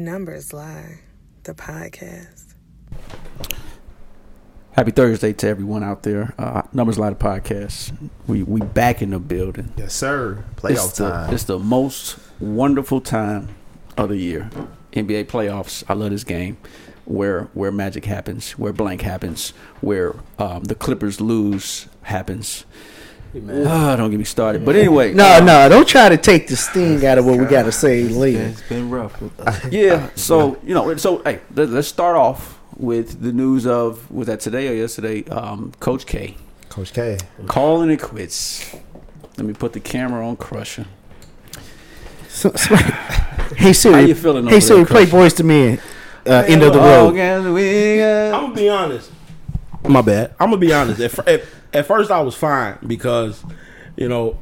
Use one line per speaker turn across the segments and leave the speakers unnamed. Numbers Lie, the podcast.
Happy Thursday to everyone out there. Uh, Numbers Lie, the podcast. We we back in the building.
Yes, sir.
It's
Playoff
the,
time.
it's the most wonderful time of the year. NBA playoffs. I love this game. Where where magic happens, where blank happens, where um, the Clippers lose happens. Ah, don't get me started. But anyway, um,
No, no, don't try to take the sting out of what we got to say later.
It's been rough. With us.
yeah. So you know, so hey, let, let's start off with the news of was that today or yesterday? Um, Coach K
Coach K.
calling it quits. Let me put the camera on Crusher.
So- so- hey
How you
Siri,
feeling?
hey
over
Siri,
there,
play
Crusher?
Boys to Men. Uh, end of the
Oh,
road.
can we, uh,
I'm gonna be honest.
My bad.
I'm gonna be honest. At, fir- at, at first, I was fine because, you know,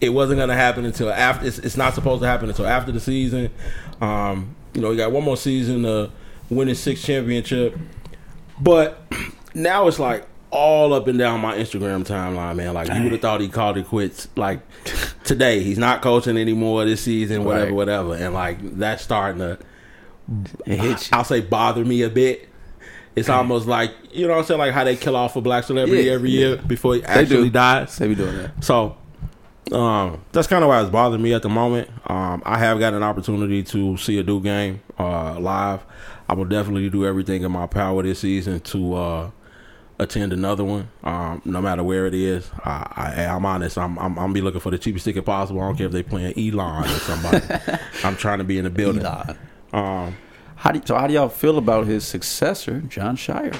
it wasn't gonna happen until after. It's, it's not supposed to happen until after the season. Um, you know, you got one more season to win a six championship, but now it's like all up and down my Instagram timeline, man. Like you would have thought he called it quits. Like today, he's not coaching anymore this season, whatever,
Right.
whatever, and like that's starting to.
It hits you.
I'll say bother me a bit. It's almost like you know what I'm saying, like how they kill off a black celebrity
Yeah,
every
yeah.
year before he actually
do.
dies.
They be doing that.
So um, that's kind of why it's bothering me at the moment. Um, I have got an opportunity to see a Duke game uh, live. I will definitely do everything in my power this season to uh, attend another one, um, no matter where it is. I, I, I'm honest. I'm, I'm I'm be looking for the cheapest ticket possible. I don't care if they playing Elon or somebody. I'm trying to be in the building.
Elon.
Um,
How do so? How do y'all feel about his successor, John Shire?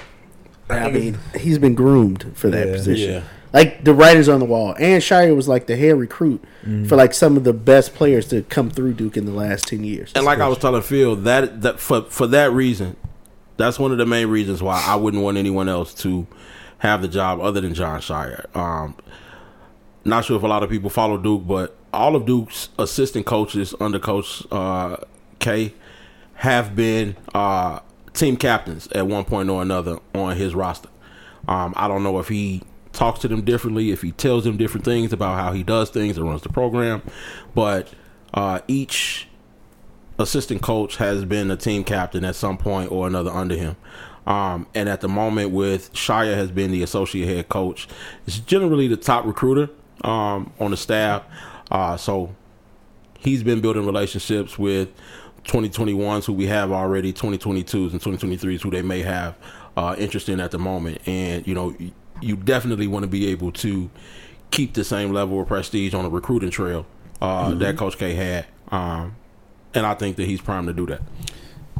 I mean, he's been groomed for that
Yeah.
position.
Yeah.
Like the writers on the wall. And Shire was like the hair recruit for like some of the best players to come through Duke in the last ten years.
And like I was telling Phil, that that for for that reason, that's one of the main reasons why I wouldn't want anyone else to have the job other than John Shire. Um, not sure if a lot of people follow Duke, but all of Duke's assistant coaches under Coach uh, K have been uh, team captains at one point or another on his roster. Um, I don't know if he talks to them differently, if he tells them different things about how he does things and runs the program, but uh, each assistant coach has been a team captain at some point or another under him. Um, and at the moment, with Shire has been the associate head coach. He's generally the top recruiter um, on the staff. Uh, so he's been building relationships with 2021s who we have already, 2022s and 2023s who they may have uh, interest in at the moment. And you know, y- you definitely want to be able to keep the same level of prestige on the recruiting trail uh, that Coach K had. Um, and I think that he's primed to do that.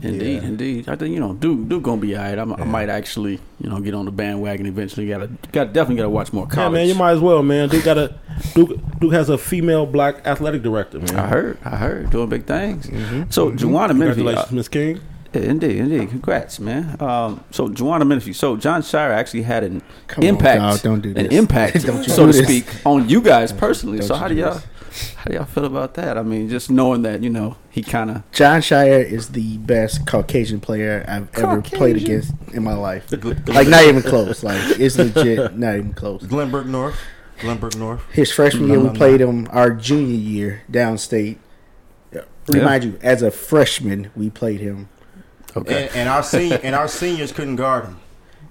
Indeed,
Yeah.
indeed. I think you know Duke. Duke gonna be all right. I'm, I might actually you know get on the bandwagon eventually. Got to got definitely got to watch more
Yeah,
college.
man, you might as well, man. Duke got a Duke. Duke has a female black athletic director, man.
I heard. I heard doing big things. So Juwana Menifee,
Congratulations,
uh,
Miss King.
yeah, indeed, indeed. Congrats, man. Um, so Juwana Menifee. So John Shire actually had an
Come on,
impact,
dog, don't do
an
this.
impact,
Don't you
so
do
to
this.
speak, on you guys personally.
don't
so
you
how do
do
y'all
this.
how do y'all feel about that? I mean, just knowing that you know he kind of
John Shire is the best Caucasian player I've ever played
Caucasian.
against in my life. Like not even close. Like it's legit not even close.
Glenbrook North. Glenbrook North.
His freshman year, we played him our junior year downstate. Remind you, as a freshman, we played him.
okay.
And, and our senior and our seniors couldn't guard him.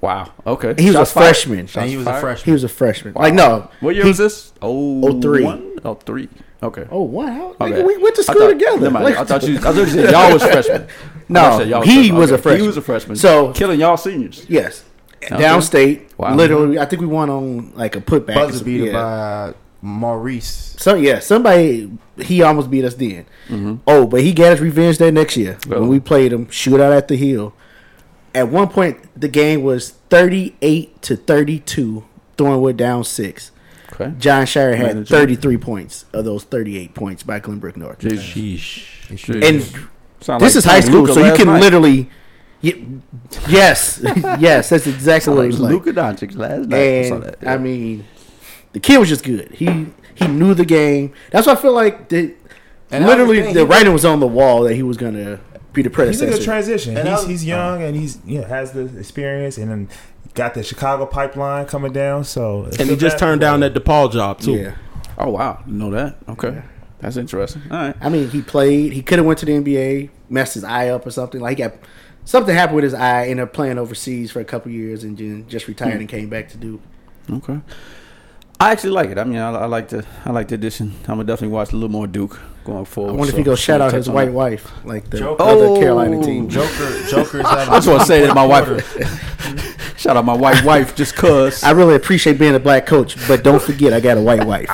wow. Okay.
He was
Shots
a
fired.
freshman.
and he was
fired.
a freshman.
He was a freshman. Like no,
What year
he-
was this? Oh,
03.
one? Oh, three. Okay.
Oh wow!
My
Nigga,
bad.
we went to
I
school
thought-
together.
never mind.
Like,
I thought you. I thought you said y'all was freshmen. I
no,
thought y'all
he was a
Okay.
freshman.
He was a freshman.
So-
killing y'all seniors.
Yes,
Okay.
downstate.
Wow.
Literally, I think we won on like a putback. or
Buzzer
some-
beater
yeah.
by Maurice.
So yeah, somebody he almost beat us then. Oh, but he got his revenge that next year
Mm-hmm. Oh.
when we played him shootout at the hill. At one point, the game was thirty-eight to thirty-two. Thornwood down six.
Okay.
John Shire had
Manager.
thirty-three points of those thirty-eight points by Glenbrook North.
Sheesh.
And
Sound like
this is high
Tony
school,
Luka
so you
last
can
night.
literally. y- Yes, yes, that's exactly
Sound
what it
like
was like.
Luka Doncic last night. I saw
And
that.
I mean, the kid was just good. He he knew the game. That's why I feel like the
And
literally
that was the thing,
the
he-
writing was on the wall that he was gonna be
he's
the
a good
predecessor.
transition.
And
he's,
I-
he's young and he's you know, has the experience and then got the Chicago pipeline coming down. So
And he just turned down that DePaul job too.
yeah,
oh wow, you know that? Okay, that's interesting. All right.
I mean, he played. He could have went to the NBA. messed his eye up or something. Like he got something happened with his eye. Ended up playing overseas for a couple years and then just retired and came back to Duke.
Okay. I actually like it. I mean, I, I like the I like the addition. I'm gonna definitely watch a little more Duke going forward.
I wonder if
Oh, so-
he go
so
shout
we'll
out
touch
his
on
white
that.
wife like the
Joker.
other
Oh.
Carolina team.
Joker, Joker's out
I just want to say that my
Quarter.
wife. shout out my white wife, just cause.
I really appreciate being a black coach, but don't forget I got a white wife.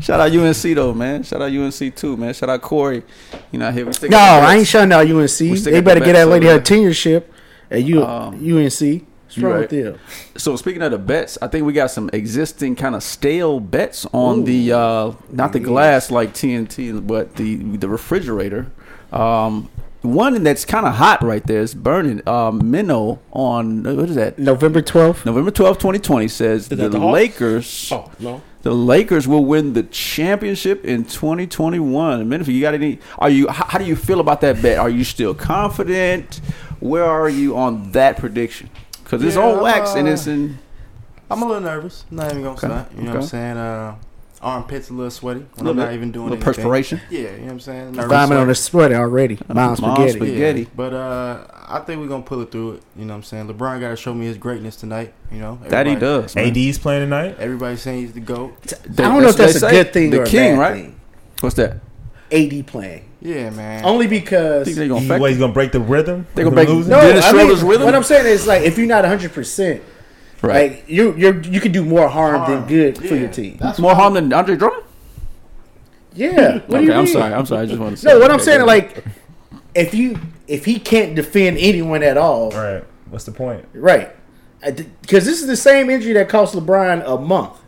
Shout out UNC though, man. Shout out UNC too, man. Shout out Corey. You know, here we stick.
No, I ain't shutting out UNC.
stick
They
at
better
the
get that
best
lady
over
her tenureship at U-
Um,
UNC. What's
you
wrong
right.
with them?
So speaking of the bets, I think we got some existing kind of stale bets on the uh, not the glass like TNT, but the the refrigerator. Um, one that's kind of hot right there is burning. Um, Minnow on what is that?
November 12th.
November twelfth, twenty twenty says the,
that the Hawks?
Lakers.
Oh no.
The Lakers will win the championship in 2021. Minify, you got any? Are you? How, how do you feel about that bet? Are you still confident? Where are you on that prediction? Because it's
Yeah,
on wax and
uh,
it's in.
I'm a little nervous. Not even gonna
Okay.
snap. You know what I'm
Okay.
saying? Uh, armpits a little sweaty. When
Little
I'm not
bit-
even doing
little
anything.
perspiration.
Yeah, you know what I'm saying. Nervous
Vomit on
sweat.
the sweater already. Mom's
Mom's
spaghetti.
spaghetti. Yeti.
But uh, I think we're gonna pull it through it. You know what I'm saying? LeBron got to show me his greatness tonight. You know
That he
Everybody-
does. man.
AD's playing tonight.
Everybody's saying he's the goat.
They-
I don't know if that's a
what they say.
good thing
The
or a
king,
bad
right?
thing.
What's that?
AD playing
Yeah, man.
only
I think
because
they're
You
gonna
wait,
affect.
he's gonna break the rhythm.
They
He's
gonna break-
lose it?
no.
Dennis
I
Schroeder's
mean,
with him?
what I'm saying is like if you're not 100 percent,
Right.
like you you you can do more harm, than
Harm.
good for
Yeah.
your team.
More harm than Andre Drummond.
Yeah. What do
okay,
you
I'm
mean?
sorry. I'm sorry. I just want to. say
No, what I'm
that.
saying like if you if he can't defend anyone at
All
all,
right. What's the point?
Right. Because this is the same injury that cost LeBron a month.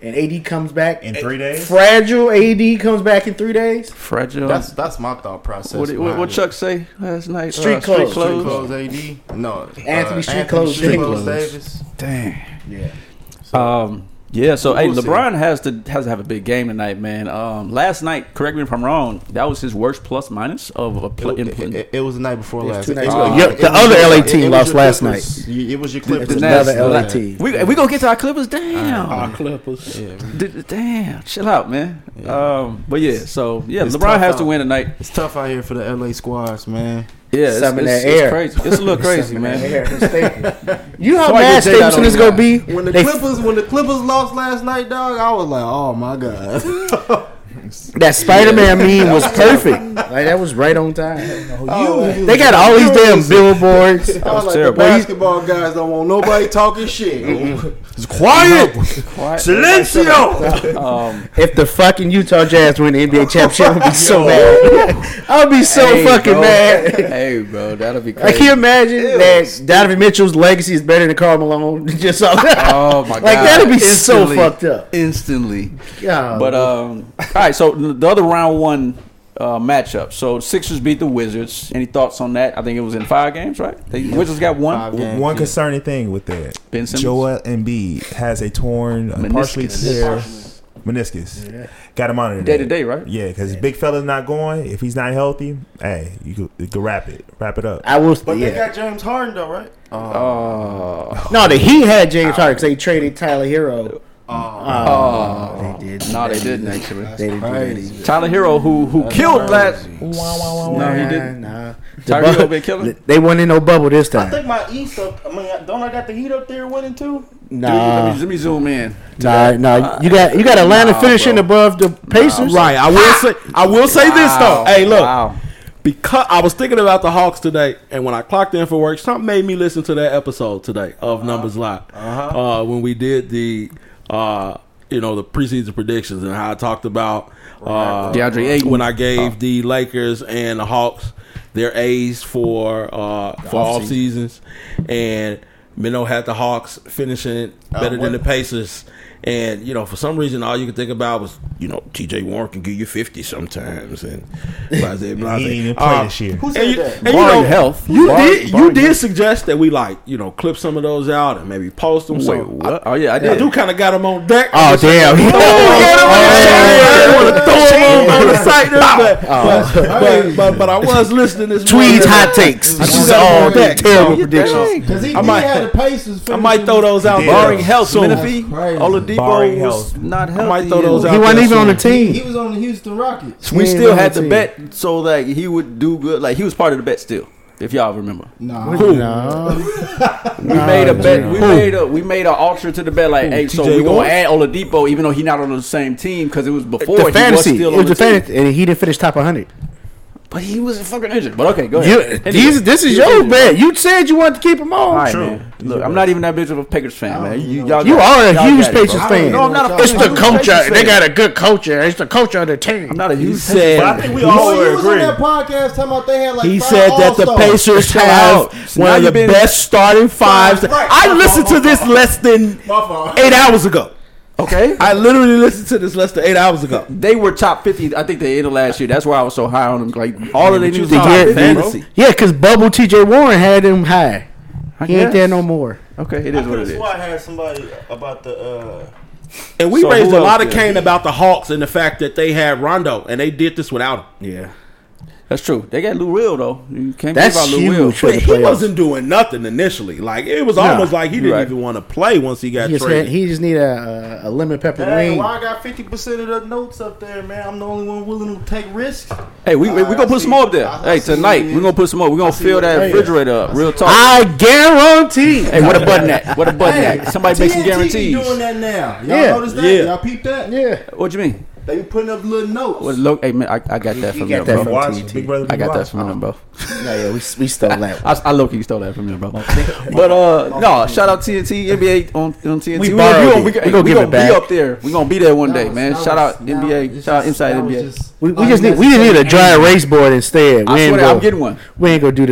And AD comes back
In three days?
Fragile AD comes back in three days.
fragile.
That's that's my thought process.
what, did- what,
behind
what
it.
Chuck say last night? Uh,
Street
Street
clothes. Street
Street
clothes.
Close AD? No, uh,
Anthony Street Close
Street
Davis.
Close Davis.
Dang.
Yeah.
Um, yeah. So, hey,
We'll see.
LeBron has to has to have a big game tonight, man. Um, last night, correct me if I'm wrong, that was his worst plus minus of a play.
It, it- it was the night before
It was
last.
two nights
It
ago.
was-
Yeah,
it
the
was
other
your-
LA
it-
team
it was
lost
your
last
Clippers. You- It was your Clippers.
It's
It was
another
your
LA
Clippers.
team.
we we gonna get to our Clippers. Damn.
Clippers.
D- damn. Chill out, man. Um, but yeah. So yeah,
It's
LeBron
tough
has to
out.
win tonight.
It's tough out here for the LA squads, man.
Yeah, it's,
Some in
it's-
that
it's
air.
crazy. It's a little crazy, man.
you know
That's
how
why I get
mad
Jay Dot
Stapleton is
on
going to be?
When the
They-
Clippers, when the Clippers lost last night, dog, I was like, oh my god.
that Spider Man meme was perfect. like, that was right on time.
you,
They got all these damn billboards.
I was like,
terrible.
the basketball guys don't want nobody talking shit.
It's quiet.
Quiet.
Silencio.
Um,
If the fucking Utah Jazz win the NBA championship, I'll be so mad. I'll be so
hey,
Oh, fucking
bro.
mad.
Hey, bro, that'll be
I can you
crazy.
imagine that Donovan Mitchell's legacy is better than Carl Malone? Just all that.
Oh my god!
Like, that'd be so
Instantly.
fucked up.
Instantly.
God.
But um, all right. So the other round one uh, matchup. So Sixers beat the Wizards. Any thoughts on that? I think it was in five games, right? The Wizards got one.
Five
W-
games.
One concerning thing with that.
Ben Simmons?
Joel Embiid has a torn, uh, partially
Meniscus.
tear meniscus. Got to monitor
Day
that.
to day, right?
Yeah, because big fella's not going. If he's not healthy, hey, you could, you could wrap it, wrap it up.
I will.
But
yeah.
they got James Harden though, right? Uh,
Oh,
no, the Heat had James Harden because they traded Tyler Hero. Um, Oh, they did.
no, they didn't actually.
They didn't do that
crazy.
either.
Tyler Hero, who who killed that. No, he
Nah,
didn't.
Nah.
Tyler Hero been killing.
They won in no bubble this
I
time.
think my East up. I mean, don't I got the Heat up there winning too?
Dude, let,
Nah,
me, let me zoom in.
nah, nah. You got you got Atlanta
Nah,
finishing
bro.
above the Pacers.
Right. I will say. I will say this
Wow.
though. Hey, look.
Wow.
because I was thinking about the Hawks today, and when I clocked in for work, something made me listen to that episode today of Numbers Live uh when we did the uh, you know the preseason predictions and how I talked about uh,
DeAndre Ayton.
when I gave the Lakers and the Hawks their A's for uh, for all seasons, and Minnow had the Hawks finishing better than the Pacers. And you know, for some reason, all you could think about was, you know, T.J. Warren can give you fifty sometimes, and blah, blah, blah.
He didn't even play
Uh,
this year.
Who said
and you,
that?
and you
Barring
know,
health.
You
Barring-
did you
barring
did suggest that we like you know clip some of those out and maybe post them.
Wait,
so I,
what? Oh yeah, I
I
did.
do kind of got them on deck.
Oh damn!
Oh, I want to throw them on the site, but,
Oh.
but, but, but I was listening this
Tweed's
morning.
hot takes.
I do
She's
got
all
them on deck.
terrible
You
predictions.
think?
he,
I might-
the Pacers.
I might throw those out.
Yeah.
Barring health,
So-
Menifee,
Crazy. Debo
barring
was-
health.
Not healthy.
I might throw those
and-
out.
He wasn't
there
even on the
soon.
team.
He was on the Houston Rockets.
We
Yeah,
still had
no
the bet so like he would do good. Like he was part of the bet still. If y'all remember,
Nah,
Who? No.
we made a bet. We made a we made an alter to the bet. Like, hey, so
TJ
we gonna
Watt?
add Oladipo, even though he not on the same team because it was before
The
he
fantasy.
was still
it
on
was
the
the
team.
fantasy, and he didn't finish top 100.
But he was fucking injured. But okay, go
You,
ahead. Anyway,
these, this is
he was
your
injured.
bet. You said you wanted to keep him on.
All right,
True.
man. Look, I'm not even that bitch of a Patriots fan, man. You, y'all
You
got-
are a
y'all
huge
got it, bro.
Patriots fan.
No, I'm not a.
It's the
huge
culture.
Patriots
They
fan.
got a good culture. It's the culture of the team.
I'm not a huge. Patriots
He
fan.
But I think
said.
we
Oh,
all
you
would
was on
agree.
that podcast talking about they had like
He
five
said that the
All-Stars.
Pacers
Shout
have
out. Now
one of
you
the
been-
best starting fives.
Right.
I listened to this less than
My fault.
eight hours ago.
Okay.
I literally listened to this less than eight hours ago.
They were top fifty. I think they ended last year. That's why I was so high on them. Like all of they knew was
The
top
year-
fantasy.
Yeah, because Bubble TJ Warren had him high.
I
He ain't
guess.
there no more.
Okay, it is what it is.
I had somebody about the. Uh,
And we
So
raised
who
a lot
else
of
did?
cane about the Hawks and the fact that they had Rondo and they did this without him.
Yeah.
That's true. They got Lou Will though. You can't
That's
leave out
huge.
Lou Will.
for
But
the
he
playoffs.
wasn't doing nothing initially. Like it was almost like he didn't
Right.
even want to play once he got
He just, had,
traded.
he just need a, a, a lemon pepper
dang,
wing.
why I got fifty percent of the notes up there, man? I'm the only one willing to take risks.
Hey, we we, we gonna
I
put
see.
some more up there.
I- I
hey,
see
tonight
what it
we gonna put some more. We gonna fill that
it is.
refrigerator up. Real
Oh.
talk.
I guarantee.
hey, what a button at? What a button at? Somebody make some
TNT
guarantees.
doing that now. Y'all
Yeah.
notice that?
Yeah.
Y'all peep that?
Yeah.
What you mean?
They be putting up little notes.
What, look, hey man, I, I got that from
got
them,
Big
that
bro.
from-
Watch,
TNT.
Big Brother,
I
Big
got that
Watch.
from them, bro.
No, yeah, we, we stole that
I, I low key stole that from them, bro. but uh, no, shout out TNT NBA on, on TNT.
We
gonna- gonna-
borrowed
we,
it. We
we
gonna give it
gonna
back.
be up there. We gonna be there one day,
That was-
man.
that
Shout
was-
out
that
NBA.
was
Shout out
just-
Inside
that was
NBA.
just
We, we just need we just need a dry erase board instead.
I
We ain't
swear to- I'm
gonna-
getting one.
We ain't gonna do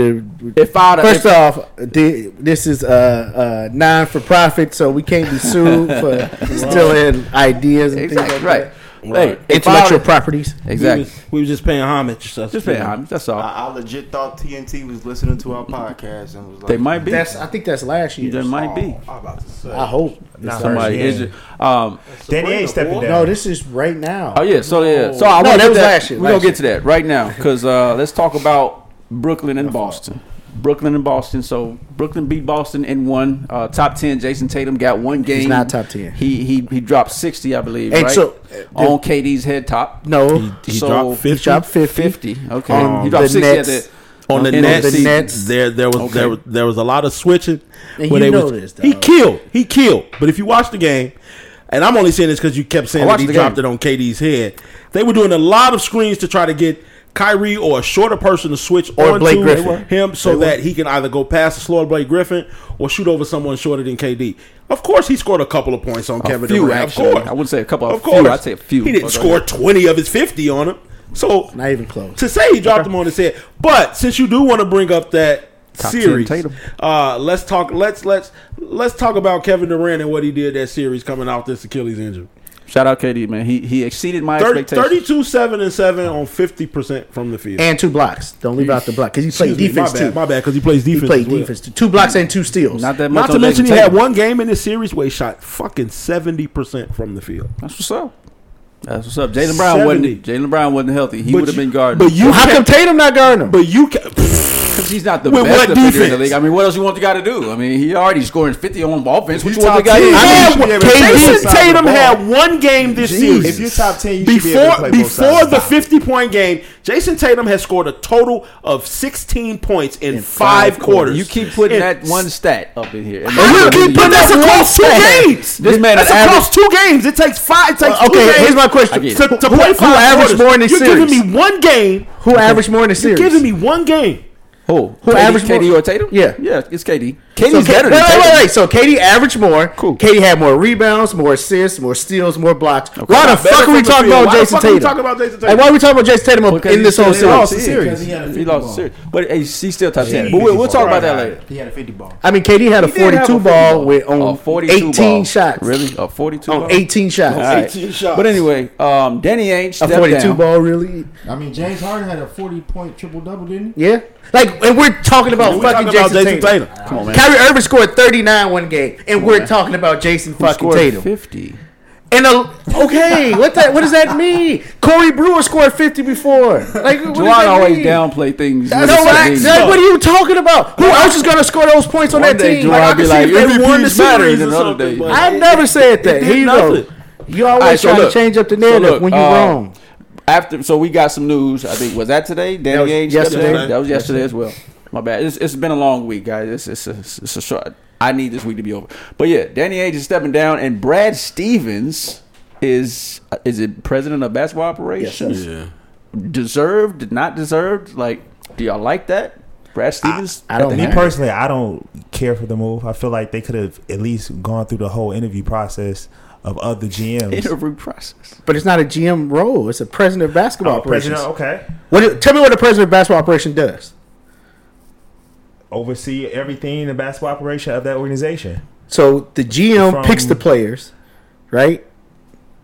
the.
If I
First off, thi- this is uh, uh, non for profit, so we can't be sued for stealing ideas and
exactly
things like
right. Hey,
Right.
if I
intellectual
would've-
properties.
We
exactly.
was, we was just paying homage. That's-
Just pay homage. That's all.
I, I legit thought TNT was listening to our podcast and was like,
they might be.
That's I think that's last year.
They might be.
I'm about to say.
I hope.
Nah,
Somebody
yeah.
injured. Um.
Danny Ain't stepping down.
No, this is right now.
Oh yeah. So yeah. So I
No,
want
that
to
was
that.
last year,
We're gonna
last
get to that right now because uh, let's talk about Brooklyn and Boston. Brooklyn and Boston. So Brooklyn beat Boston in one uh, top ten. Jason Tatum got one game.
not top 10.
He he he dropped sixty, I believe.
And
right?
so, uh,
on KD's head top.
No,
He
So-
dropped
he
50
dropped fifty.
Fifty. Okay.
On
he dropped
the
sixty
Nets.
at the
on the
in
Nets.
the Nets.
There, there was there was there was a lot of switching.
And
where
you
they
know
was-
this,
he
dog.
killed. He killed. But if you watch the game, and I'm only saying this because you kept saying
I
that he
watched the
dropped
game.
it on KD's head. They were doing a lot of screens to try to get Kyrie or a shorter person to switch
Or
onto
Blake Griffin.
him so that he can either go past the slower Blake Griffin or shoot over someone shorter than KD. Of course, he scored a couple of points on
A
Kevin
few,
Durant.
actually.
Of course,
I wouldn't say a couple, a
Of
few.
course,
I'd say a few. uh,
He didn't
Okay.
score twenty of his fifty on him. So
Not even close.
to say he dropped him on his head. But since you do want to bring up that
Top 10
series,
Tatum.
uh, let's talk. Let's let's let's talk about Kevin Durant and what he did that series coming off this Achilles injury.
Shout out KD man. He he exceeded my
30,
expectations.
32 seven and seven on fifty percent from the field.
and two blocks. Don't leave out the block because he played
Excuse me,
defense
my bad,
too.
my bad, because he plays defense.
He played
as well.
defense too. Two blocks and two steals.
Not that much.
Not to
on
mention, he
Jason
had
Tatum.
one game in this series where he shot fucking seventy percent from the field.
That's what's up. That's what's up. Jalen Brown
70.
wasn't. Jalen Brown wasn't healthy. He
But
would have
you-
been guarding.
but you
How come
can't-
Tatum not guarding him?
But you can,
Because he's not the
With
best
what
defender in the
defense?
league. I mean, what else you want the guy to do? I mean, he already scoring 50 on offense. What
If
you
you
want the guy
top
to
ten,
do?
I mean,
had
you
one-
should be able to play
Jason
both sides of
Tatum
the
had one game this series.
If you're top 10, you should be able to
before
play both
before
sides.
the 50 point game, Jason Tatum has scored a total of 16 points in, five, quarters.
You keep putting
In-
that one stat up in here. And
And you
that's
keep
what
putting that's
you-
across two games.
This man
that's
an
across two games. It takes five. It takes
Well, okay,
two games
here's my question.
to,
I
to
Who- who
play five
averaged
quarters.
more in this
You're
series?
giving me one game.
Who averaged more in the
You're
series?
giving me one game.
Who?
Who
KD,
averaged
KD
more?
or Tatum?
Yeah.
Yeah, it's KD. KD's
so Ka-
better than
wait,
Tatum.
wait, wait, wait. So Katie averaged more.
Cool.
Katie had more rebounds, more assists, more steals, more blocks. Why the
Better
fuck are
from
we
the
talking
field.
about
Why the
Jason
fuck are we
Tatum?
talking about Jason
Like,
Tatum?
why are we talking about Jason Tatum up
Because
in this
he
whole
still
series?
lost the
Because he had a
series.
50
He lost the
ball.
series. But hey, he's still top 10.
had
But we'll,
50
we'll talk
ball.
about that
Right.
later.
He had a 50 ball.
I mean, Katie had a
He did have
42
a 50
ball with
A
on
42
18
ball.
shots.
Really? A 42
On
ball?
18 shots.
All right.
18 shots.
But anyway, um, Danny Ainge
A
stepped
42
down.
ball, really?
I mean, James Harden had a 40 point triple double, didn't he?
Yeah. Like, and we're talking about
We're
fucking
talking
Jason,
about Jason
Tatum.
Tatum. Come on, man.
Kyrie Irving scored 39 one game, and we're talking about Jason
Who
fucking
scored
Tatum.
50.
And a, okay, what that? What does that mean? Corey Brewer scored fifty before. Like, what does
Juwan
that
always
mean?
downplay things.
That's
when it's
no, like,
against
like,
us.
what are you talking about? Who else is going to score those points on
One
that
day
team?
Juwan
Like, I
be
can see
like,
if they won the
MVPs matter,
series.
and
or
another day.
something, but-
I never said that.
did
Here you
nothing.
go. You always
All right, so
try
look.
to change up the
So
narrative
look,
when you're
uh,
wrong.
After, so we got some news. I think was that today. Danny
was
Ainge
yesterday.
stepped down? That was yesterday as well. My bad. It's, it's been a long week, guys. It's it's a, it's a short. I need this week to be over. But yeah, Danny Ainge is stepping down, and Brad Stevens is is it president of basketball operations?
Yeah.
Deserved? Not deserved? Like, do y'all like that? Brad Stevens.
I don't
at the
Me
helm?
Yeah.
personally, I don't care for the move. I feel like they could have at least gone through the whole interview process of other GMs.
interview process.
But it's not a GM role. It's a president of basketball
Oh,
operations.
president, okay.
What? do- Tell me what the president of basketball operation does.
Oversee everything in the basketball operation of that organization.
So the GM
From-
picks the players, right?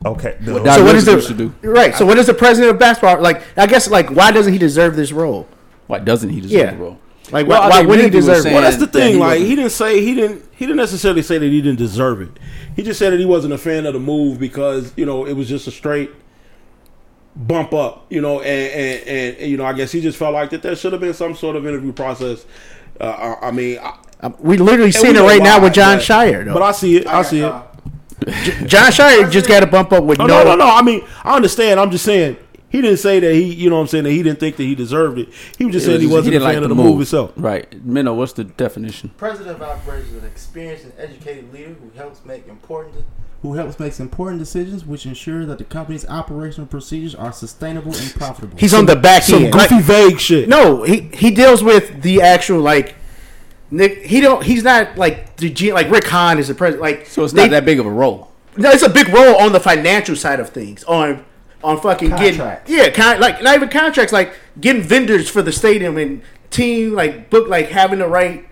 Okay. the-
Doc
so what is
Rivers
the
used to do.
right? So what is the president of basketball like? I guess like why doesn't he deserve this role?
Why doesn't he deserve
Yeah.
the role?
Like
Well, I
why, why
think
wouldn't he
many people
deserve?
saying-
it?
Well, that's the
that
thing.
he
like
wasn't-
he didn't say he didn't he didn't necessarily say that he didn't deserve it. He just said that he wasn't a fan of the move because you know it was just a straight bump up. You know, and and, and, you know I guess he just felt like that there should have been some sort of interview process. Uh, I, I mean, I,
Um, we literally
and
seen
we
it
know
right now
why,
with John
but-
Shire. Though.
But I see it. I, see
Uh,
it.
John Shire just got a bump up with
Oh, no, no, no. I mean, I understand. I'm just saying he didn't say that he, you know, what I'm saying that he didn't think that he deserved it. He was just saying he
was-
wasn't a
didn't
fan
like
of the, move itself.
Right, Minnow. What's the definition?
President of operations is an experienced and educated leader who helps make important who helps makes important decisions which ensure that the company's operational procedures are sustainable and profitable.
He's on the back
Some
end.
goofy,
Like,
vague shit.
no, he he deals with the actual like. Nick, he don't. He's not like the G. Like Rick Hahn is the president. Like
So it's
they-
not that big of a role.
No, it's a big role on the financial side of things. On on fucking
Contracts.
getting yeah, con- like not even contracts, like getting vendors for the stadium and team, like book, like having the right.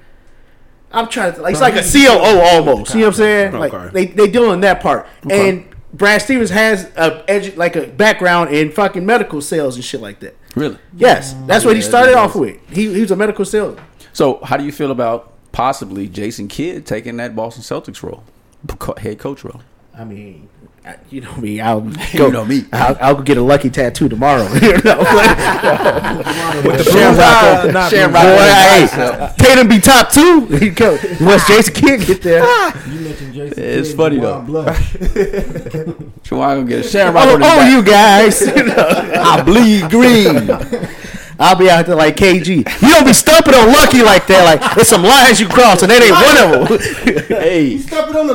I'm trying to. Like, it's like a COO almost. You know what I'm saying?
Okay.
Like they they doing that part. And Brad Stevens has a edu- like a background in fucking medical sales and shit like that.
Really?
Yes, that's what he
Yeah,
started
he
off
does.
with. He he was a medical sales.
So, how do you feel about possibly Jason Kidd taking that Boston Celtics role, co- head coach role?
I mean, I- you know me. I'll go,
You know me.
I'll, I'll go get a lucky tattoo tomorrow. you know, with the
Shamrock- Shamrock-
Shamrock, Shamrock, boy, hey, Tatum be top two. He go.
Ah.
Once Jason Kidd get there, oh,
you mentioned Jason.
It's
Kidd,
funny,
Juwan
though.
Blush.
So I'm gonna get a shamrock on his
oh
back.
you guys, you know, I bleed green. I'll be out there like KG. You don't be stumping on lucky like that. Like there's some lines you cross, and that ain't one of them.
Hey,
Stepping on the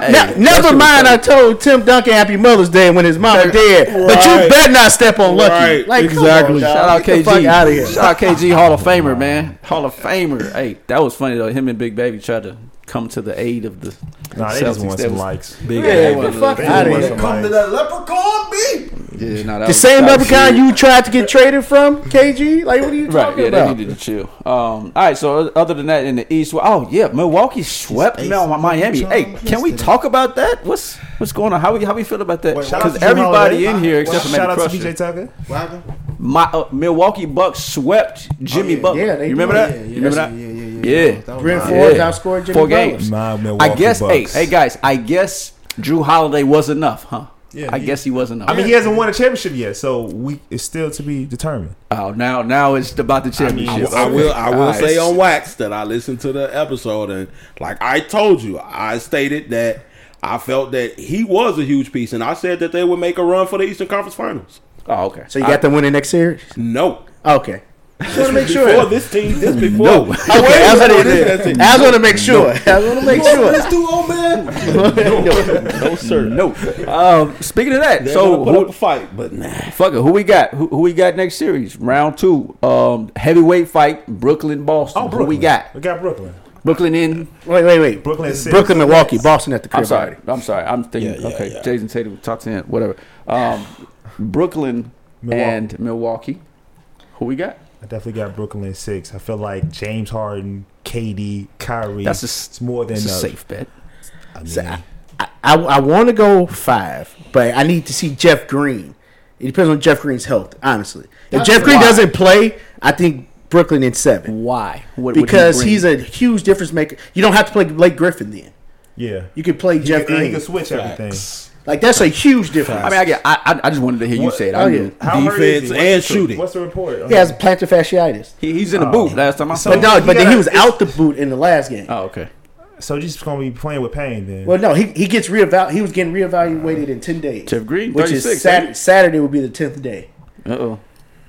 hey,
Ne-
that's
never
what
mind.
I'm
I told Tim Duncan Happy Mother's Day when his mama dead, but you
Right.
better not step on Lucky.
Right,
Like come
exactly.
on, dog.
Shout out
Get the fuck
KG.
out of here.
Shout out KG Hall of Famer, man. Hall of Famer. Hey, that was funny though. Him and Big Baby tried to come to the aid of the
Nah,
Celtics.
they just want
That
some
was-
likes.
Big
Yeah,
Baby.
get the fuck
They
out
just
of
want
here.
some
Come to
likes.
that leprechaun, B.
Yeah, nah, that
The
was-
same
that was
leprechaun
serious.
you tried to get traded from, KG. Like what are you
Right,
talking
yeah,
about?
they needed to chill. Um, all right, so other than that, in the East, well, oh yeah, Milwaukee swept
Ace
now Miami.
John
Hey, can we
yesterday.
talk about that? What's what's going on? How we how we feel about that?
Wait, shout out
Because
to
Jim
everybody
Holiday.
in here except for
Shout
Matt
out to PJ
Crusher,
Tucker.
What happened?
my uh, Milwaukee Bucks swept Jimmy
yeah.
Butler.
Yeah, they
you remember
did.
that? you remember that?
Yeah, yeah, yeah.
Yeah.
That was
Bryn
nice.
Forbes
Yeah.
outscored Jimmy
Four
Butler.
games.
My
I
Milwaukee
guess. Hey,
Bucks.
hey guys, I guess Drew Holiday was enough, huh?
Yeah,
I
he-
guess he was enough.
I mean, he hasn't won a championship yet, so we it's still to be determined.
oh, now now it's about the championship.
I-
I will. I will
Alright.
say on wax that I listened to the episode, and like I told you, I stated that I felt that he was a huge piece, and I said that they would make a run for the Eastern Conference Finals.
oh, okay.
So you got them winning next series?
No,
Okay. Just want to make
before
sure.
this team, this before.
No.
Okay, I was
before
gonna-
this, that's it.
I was want to make sure. I was want to make sure.
Let's do old man.
No, sir.
No. Um, speaking of that,
They're
so
gonna put
who-
up a fight, but nah.
Fuck it. Who we got? Who, who we got next series? Round two. Um, heavyweight fight. Oh, Brooklyn, Boston.
Oh,
Brooklyn.
Who we got?
We got Brooklyn.
Brooklyn in.
Wait, wait, wait.
Brooklyn six.
Brooklyn, Milwaukee, Boston at the crib.
I'm sorry.
already.
I'm sorry. I'm thinking.
Yeah, yeah,
okay.
yeah.
Jason Tatum. Top ten. Whatever. Um, Brooklyn
Milwaukee.
and Milwaukee. Who we got?
I definitely got Brooklyn in six. I feel like James Harden, KD, Kyrie.
That's a s-
it's more than
It's a
enough.
safe bet.
I mean,
So I, I, I want to go five, but I need to see Jeff Green. It depends on Jeff Green's health, honestly. If Jeff Green
why.
doesn't play, I think Brooklyn in seven
Why? What would he
because
bring?
he's a huge difference maker. You don't have to play Blake Griffin then.
yeah.
You can play Jeff
and he
Green.
can switch everything.
Facts.
Like that's a huge difference.
I mean, I, get, I I- I just wanted to hear you
What-
say it.
oh,
I
yeah.
mean,
How hurt is
Defense
he?
and
What's the-
shooting.
What's the report?
he has plantar fasciitis.
he, he's
Oh.
in the boot last time I saw.
So-
But no,
he
but then
got-
he was out the boot in the last game.
oh, okay.
So he's just gonna be playing with pain then.
Well, no, he, he gets reeval. He was getting reevaluated in ten days.
Jeff Green,
which is
36,
Sat-
ain't he?
Saturday would be the tenth day.
Uh oh.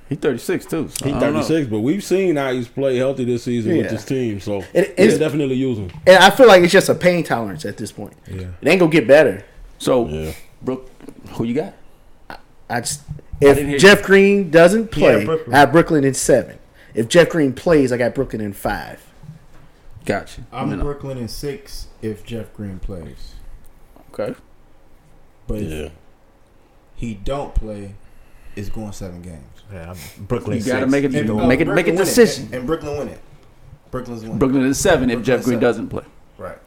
He 36 too. So
He
I don't know.
36, but we've seen how he's played healthy this season with
Yeah.
this team. So
It-
they
it's-
definitely use him.
And I feel like it's just a pain tolerance at this point.
Yeah.
It ain't gonna get better.
So,
Yeah.
Brooke, who you got?
I just
didn't hear
if Jeff Green doesn't
He had
play,
Brooklyn.
I have Brooklyn in seven. If Jeff Green plays, I got Brooklyn in five.
Gotcha.
I'm
You know.
Brooklyn in six if Jeff Green plays,
Okay.
but if
Yeah.
he don't play, it's going seven games.
Yeah, I'm- Brooklyn.
You gotta
six.
make it-
Either
no.
one.
Make it- make a
uh, Brooklyn win
decision.
and, and Brooklyn win it. Brooklyn's winning.
Brooklyn is seven if
Brooklyn
Jeff
is
Green
seven.
doesn't play.
Right.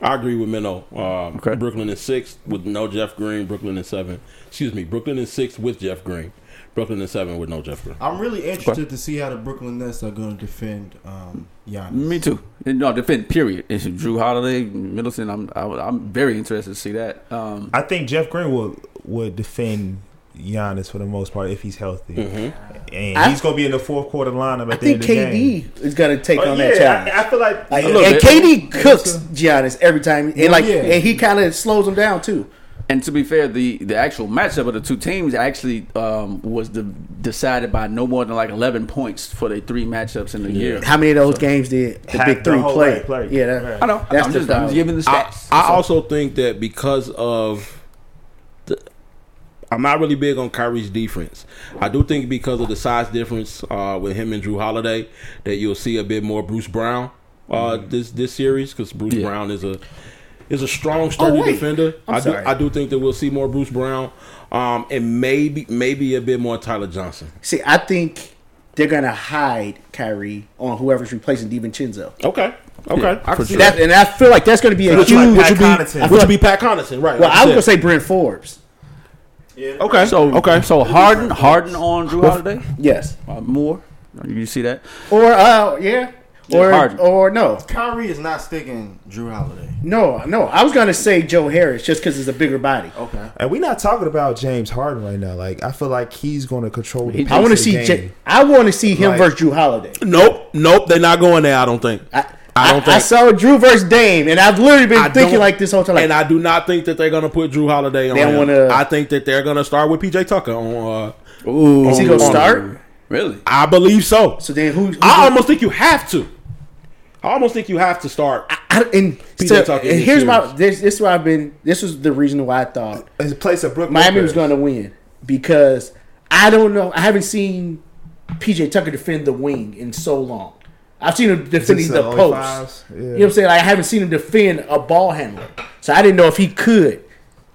I agree with Menno. Um,
Okay.
Brooklyn is six with no Jeff Green. Brooklyn is seven. Excuse me. Brooklyn is six with Jeff Green. Brooklyn is seven with no Jeff Green.
I'm really interested to see how the Brooklyn Nets are going to defend um, Giannis.
Me too. And No, defend. Period. It's Drew Holiday, Middleton. I'm I, would- I'm very interested to see that. Um,
I think Jeff Green would would defend Giannis for the most part if he's healthy,
Mhm.
and
I-
he's gonna be in the fourth quarter lineup
I
at the end
think
of the game.
KD is gonna take
Oh,
on
yeah,
that challenge.
I, I feel like,
Like,
yeah.
look,
and
it-
KD cooks Giannis every time, and like,
yeah.
and he kind of slows him down too.
and to be fair, the the actual matchup of the two teams actually um, was the, decided by no more than like 11 points for the three matchups in the year.
How many of those games did the
Half
big
the
three
whole
play?
right, play.
Yeah, that,
Right.
I know.
That's
I'm
the
just, I'm just
problem.
giving the
I,
stats.
I
So-
also think that because of the, I'm not really big on Kyrie's defense. I do think because of the size difference uh, with him and Drew Holiday that you'll see a bit more Bruce Brown uh,
Mm-hmm.
this this series because Bruce
Yeah.
Brown is a is a strong, sturdy
Oh, wait.
defender.
I'm
I do
sorry.
I do think that we'll see more Bruce Brown um, and maybe maybe a bit more Tyler Johnson.
see, I think they're gonna hide Kyrie on whoever's replacing DiVincenzo.
Okay, okay,
I can see
That, and I feel like that's gonna be a
Which
huge.
would- which would be-
I feel
Which
like-
would be Pat Connaughton, right?
well,
like
I was gonna say
said.
Brent Forbes.
okay,
So
okay.
So Harden, Harden on Drew Holiday,
Yes,
uh, Moore. You see that?
or uh, yeah, or
Harden.
or no,
Kyrie is not sticking Drew Holiday.
no, no. I was gonna say Joe Harris just because he's a bigger body.
Okay.
and we're not talking about James Harden right now. Like I feel like he's gonna control. The
He-
pace
I want to
of the
see.
game.
J- I want to see him
Like-
versus Drew Holiday.
Nope, nope. They're not going there. I don't think.
I,
I don't
I,
think-
saw Drew versus Dame, and I've literally been
I
thinking
don't-
like this whole time. Like,
and I do not think that they're gonna put Drew Holiday on.
They don't
him.
wanna-
I think that they're gonna start with PJ Tucker on. Uh,
Ooh,
is he gonna start?
Really?
I believe so.
So then who? who
I almost think you have to. I almost think you have to start.
I, and,
PJ
so-
Tucker
and
is
here's my
serious.
this this is why I've been this is the reason why I thought
It's a place of Brooklyn.
Miami was going to win because I don't know I haven't seen PJ Tucker defend the wing in so long. I've seen him defending
Since
the
the early
post.
fives, yeah.
You know what I'm saying? Like, I haven't seen him defend a ball handler, so I didn't know if he could.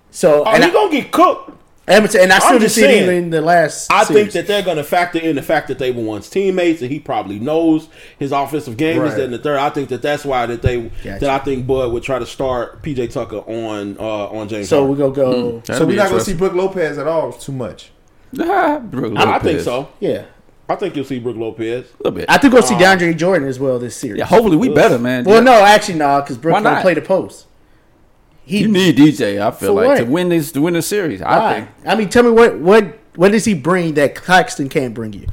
So
Oh,
and,
you
I,
gonna get cooked.
I haven't- and I still didn't
just
see him
saying.
in the last.
I think
series.
that they're going to factor in the fact that they were once teammates, and he probably knows his offensive game is
Right.
that and the third. I think that that's why that they
Gotcha.
that I think Bud would try to start PJ Tucker on uh, on James.
So we're
Harden.
gonna go.
Mm-hmm.
So we're not gonna see Brooke Lopez at all too much.
I, I think so.
Yeah,
I think you'll see Brooke Lopez.
A little bit.
I think we'll
Um,
see DeAndre Jordan as well this series.
yeah, hopefully we better, man.
Well, no, actually, no, because Brooke
Why
don't
not?
play the post. He,
You need DJ. I feel
For
like to
what?
win this to win this series. I
why?
think
I mean, tell me what what what does he bring that Claxton can't bring you?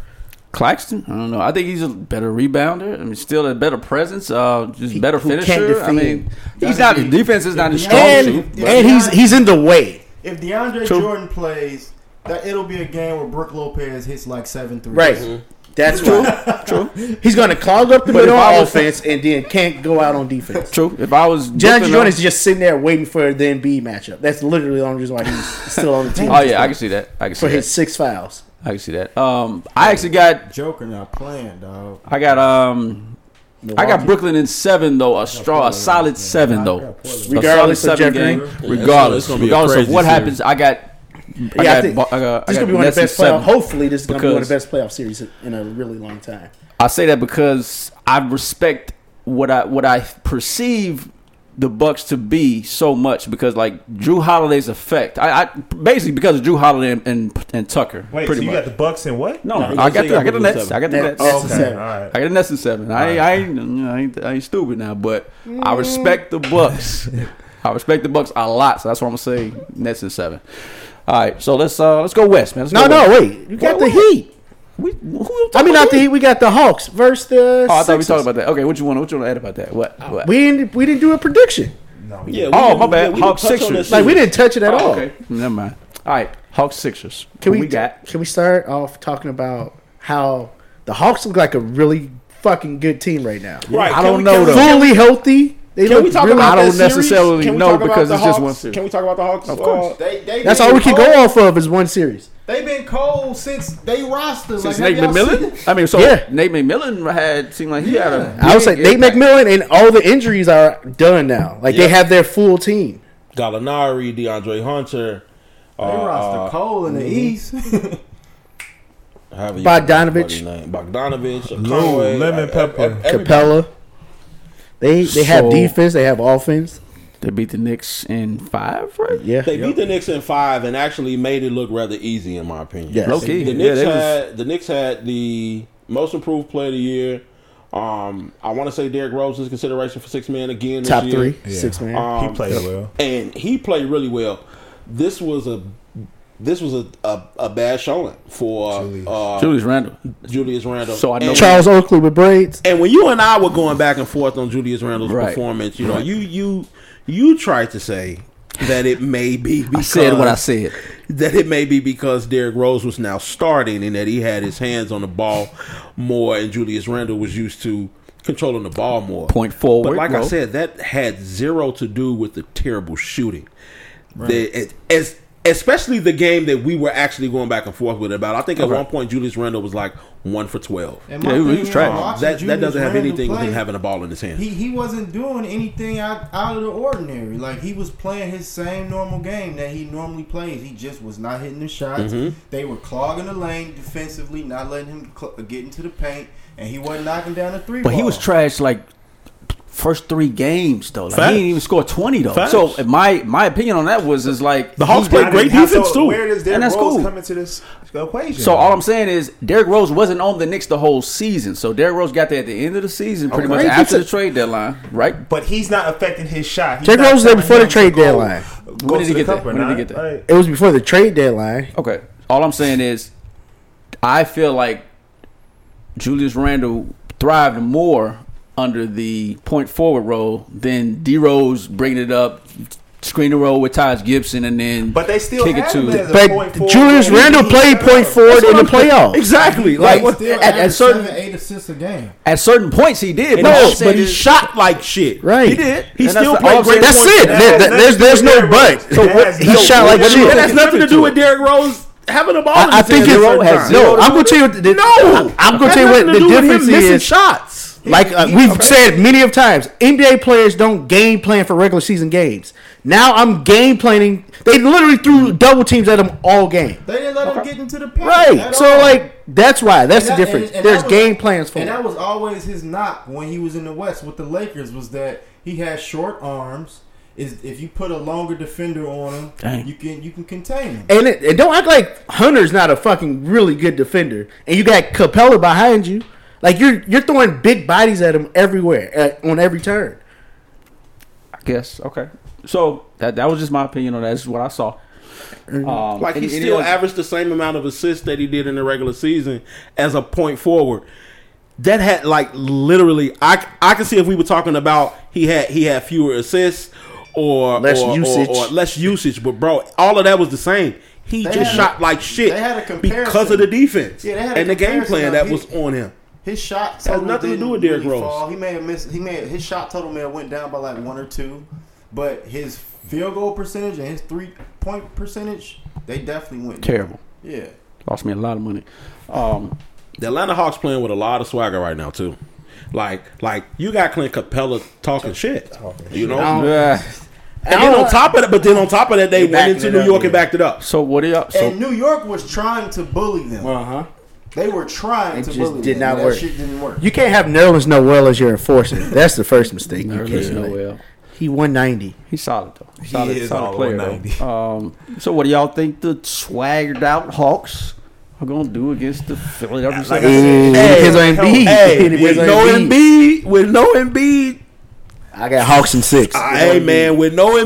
Claxton. I don't know. I think he's a better rebounder. I mean, still a better presence. Uh, just better
who can't
finisher. I
defend.
mean, he's not. His defense is not his strong
And
suit.
Yeah.
and he's he's in the way.
If DeAndre
True.
Jordan plays, that it'll be a game where Brooke Lopez hits like seven threes.
Right. That's true.
True,
He's going to clog up the
But
middle
if I
on
was-
offense and then can't go out on defense.
true. If I was
DeAndre
looking
Jordan
up-
is just sitting there waiting for the NB matchup. That's literally the only reason why he's still on the team.
oh yeah, I can see that. I can see
for his
that.
six fouls.
I can see that. Um, I actually got
Joker not playing, dog.
I got um. I got Brooklyn in seven though, a straw, a solid seven though,
Regardless
a
of
solid seven
Jeff Green?
game.
Yeah,
Regardless,
it's gonna be a
regardless of
crazy
what
series.
happens, I got. I
Yeah, I
got.
think
Bo- I got.
this
I
is
got
gonna be one of
Nets
the
in
best playoff.
seven.
Hopefully, this is gonna be one of the
Because-
best playoff series in a really long time.
I say that because I respect what I what I perceive the Bucks to be so much because like Drew Holiday's effect. I, I basically because of Drew Holiday and and, and Tucker.
Wait,
pretty
so you
much.
got the Bucks and what?
no,
No,
I
you
got
say
the, I got the
Brooklyn
Nets.
seven.
I got the
Net-
Nets.
Nets in
Okay,
seven.
all right.
I got a Nets in seven. I, ain't- I, ain't, I ain't I ain't stupid now, but I respect the Bucks I respect the Bucks a lot, so that's what I'm gonna say. Nets and seven. All right, so let's uh let's go west, man. Let's go
No, no,
west.
wait. You got
Wait,
the
wait.
Heat.
We, who
I mean, not the Heat. We got the Hawks versus the.
Oh, I thought we
Sixers. Uh,
talked about that. Okay, what you want? What you want to add about that? What? what?
We didn't. We didn't do a prediction.
No,
Yeah, we
Oh,
didn't-
my bad.
yeah, we didn't
Hawks,
touch on
Sixers.
this
Like we
either.
didn't touch it at all.
okay, never mind. All right, Hawks Sixers.
Can we,
got?
Can we start off talking about how the Hawks look like a really fucking good team right now?
Right,
I
can
don't
we-
know
can
though.
Fully
we-
healthy. They
Can
look
we talk
really-
about
I
that
don't
series?
necessarily
Can we
know
talk about
because
the
it's just
Hawks?
one series.
Can we talk about the Hawks? Of course.
They, they
That's
been
all we can
cold.
go off of is one series.
They've been cold since they roster.
Since
like,
Nate
have y'all seen
McMillan? I mean, so
Yeah.
Nate McMillan had seemed like he had a.
I would say
big
Nate
impact.
McMillan and all the injuries are done now. Like
Yeah.
they have their full team.
Gallinari, DeAndre Hunter.
They roster cold in the East.
however you
Bogdanovich.
pronounce his fucking name. Bogdanovich,
Lou,
Conway,
Lemon
uh,
Pepper.
ev- everybody.
Capella. They they have
So-
defense. They have offense.
They beat the Knicks in five, right?
Yeah.
They beat the Knicks in five and actually made it look rather easy, in my opinion.
Yes.
Low key.
The
yeah,
Knicks
they was,
had the Knicks had the most improved player of the year. Um, I want to say Derrick Rose is consideration for six man again. this
Top
year.
three,
Yeah.
six man.
Um,
he played well.
and he played really well. This was a this was a a, a bad showing for
Julius.
uh, Julius.
Julius Randle.
Randle.
So I know-
and,
Charles Oakley with braids.
and when you and I were going back and forth on Julius Randle's
Right.
performance, you know, you you you tried to say that it may be because
I said what I said.
that it may be because Derrick Rose was now starting and that he had his hands on the ball more, and Julius Randle was used to controlling the ball more.
Point forward,
But like I
bro.
said, that had zero to do with the terrible shooting. The- it- as especially the game that we were actually going back and forth with about. I think at one point Julius Randle was like one for twelve.
And my
Yeah, he was
thing is,
trash.
That
watching
that
Julius
doesn't have
Randle
anything with him
play,
having a ball in his hand.
He he wasn't doing anything out, out of the ordinary. Like he was playing his same normal game that he normally plays. He just was not hitting the shots.
Mm-hmm.
They were clogging the lane defensively, not letting him cl- uh, get into the paint, and he wasn't knocking down the three.
But he
ball.
was trash like first three games though. Like
Facts.
he didn't even score twenty though.
Facts.
So my my opinion on that was is like
The Hawks
he-
played great
How-
defense, too.
Where does Derrick
And that's
Rose
cool.
come into this equation?
So all I'm saying is Derrick Rose wasn't on the Knicks the whole season. So Derrick Rose got there at the end of the season, pretty much
Right.
after the trade deadline, right?
but he's not affecting his shot. He's
Derrick
not
Rose was there
telling
before the
him to
trade
go-
deadline.
go
When did
to
he
the
get that?
cup or
When did he
not.
get that?
Like,
It was before the trade deadline.
Okay. All I'm saying is, I feel like Julius Randle thrived more under the point forward role than D Rose bringing it up, screen the roll with Taj Gibson, and then
But they still
kick it
have
to.
him as a point
But
forward.
Julius
He-
Randle
he-
played point forward in the playoffs.
Exactly. Like
He still
at, at
averaged
certain
seven, eight assists a game.
at certain points he did.
And
all
he-
I'm saying
but he
is-
shot like shit.
Right.
He did. He
And that's
still
the- all
played
I'm saying-
great.
That's
points.
it.
And
There-
that-
there's there's no but.
So what-
He shot like
What-
that- that has
shit.
nothing to do with Derrick Rose having the ball. in
I, I
his
think
hands
it's
at all
has
times.
zero
no.
to
I'm
do
gonna tell you. what The, no, I'm gonna
That
tell you
has
what the
nothing to do with him
difference
missing
is.
shots.
Like uh, we've said many of times, NBA players don't game plan for regular season games. Now I'm game planning. They literally threw double teams at him all game.
They didn't let him get into the paint.
Right.
at
So
all.
like that's why that's the
And that- and-
difference.
and
There's
that was-
game plans for
And that
it.
was always his knock when he was in the West with the Lakers was that he had short arms. Is if you put a longer defender on him,
Dang.
you can you can contain him.
And, it, and don't act like Hunter's not a fucking really good defender, and you got Capella behind you. Like you're you're throwing big bodies at him everywhere at, on every turn.
I guess okay. So that that was just my opinion on that. This is what I saw. Um,
Mm-hmm. Like he
any- any
still
other-
averaged the same amount of assists that he did in the regular season as a point forward. That had like literally, I I can see if we were talking about he had he had fewer assists or
Less
or- or-
usage.
or less usage, but bro, all of that was the same. He
They
just
had a-
shot like shit
they had a comparison.
because of the defense
Yeah, they had a
and the game
comparison
plan
of
that
he-
was on him.
His shot
Has
total
nothing to
didn't
do with Derrick
really
Rose.
fall. He may have missed. He may have, his shot total may have went down by like one or two, but his field goal percentage and his three point percentage they definitely went down.
terrible.
Yeah.
Lost me a lot of money. Um,
The Atlanta Hawks playing with a lot of swagger right now too. Like like you got Clint Capella talking shit, you know.
yeah.
And then on top of that, but then on top of that, they went
backing
into
it
New
up,
York
yeah.
and backed it up.
So what do y'all? So
and New York was trying to bully them.
Uh
uh-huh.
huh.
They were trying
It
to
just
bully
did
them.
not
That
work.
shit didn't work.
You can't have Nerlens Noel as your enforcer. That's the first mistake. You
Nerlens
can't do it.
Noel.
He 190.
He's solid though. Solid,
is
solid
all
player.
190.
though. Um, so what do y'all think the swaggered out Hawks are gonna do against the Philadelphia?
Like I
Seahawks?
said,
Hey, depends on Embiid.
Hey,
Depends
with
on
no
Embiid.
Embiid, with no Embiid,
I got Hawks and six.
Hey man, with no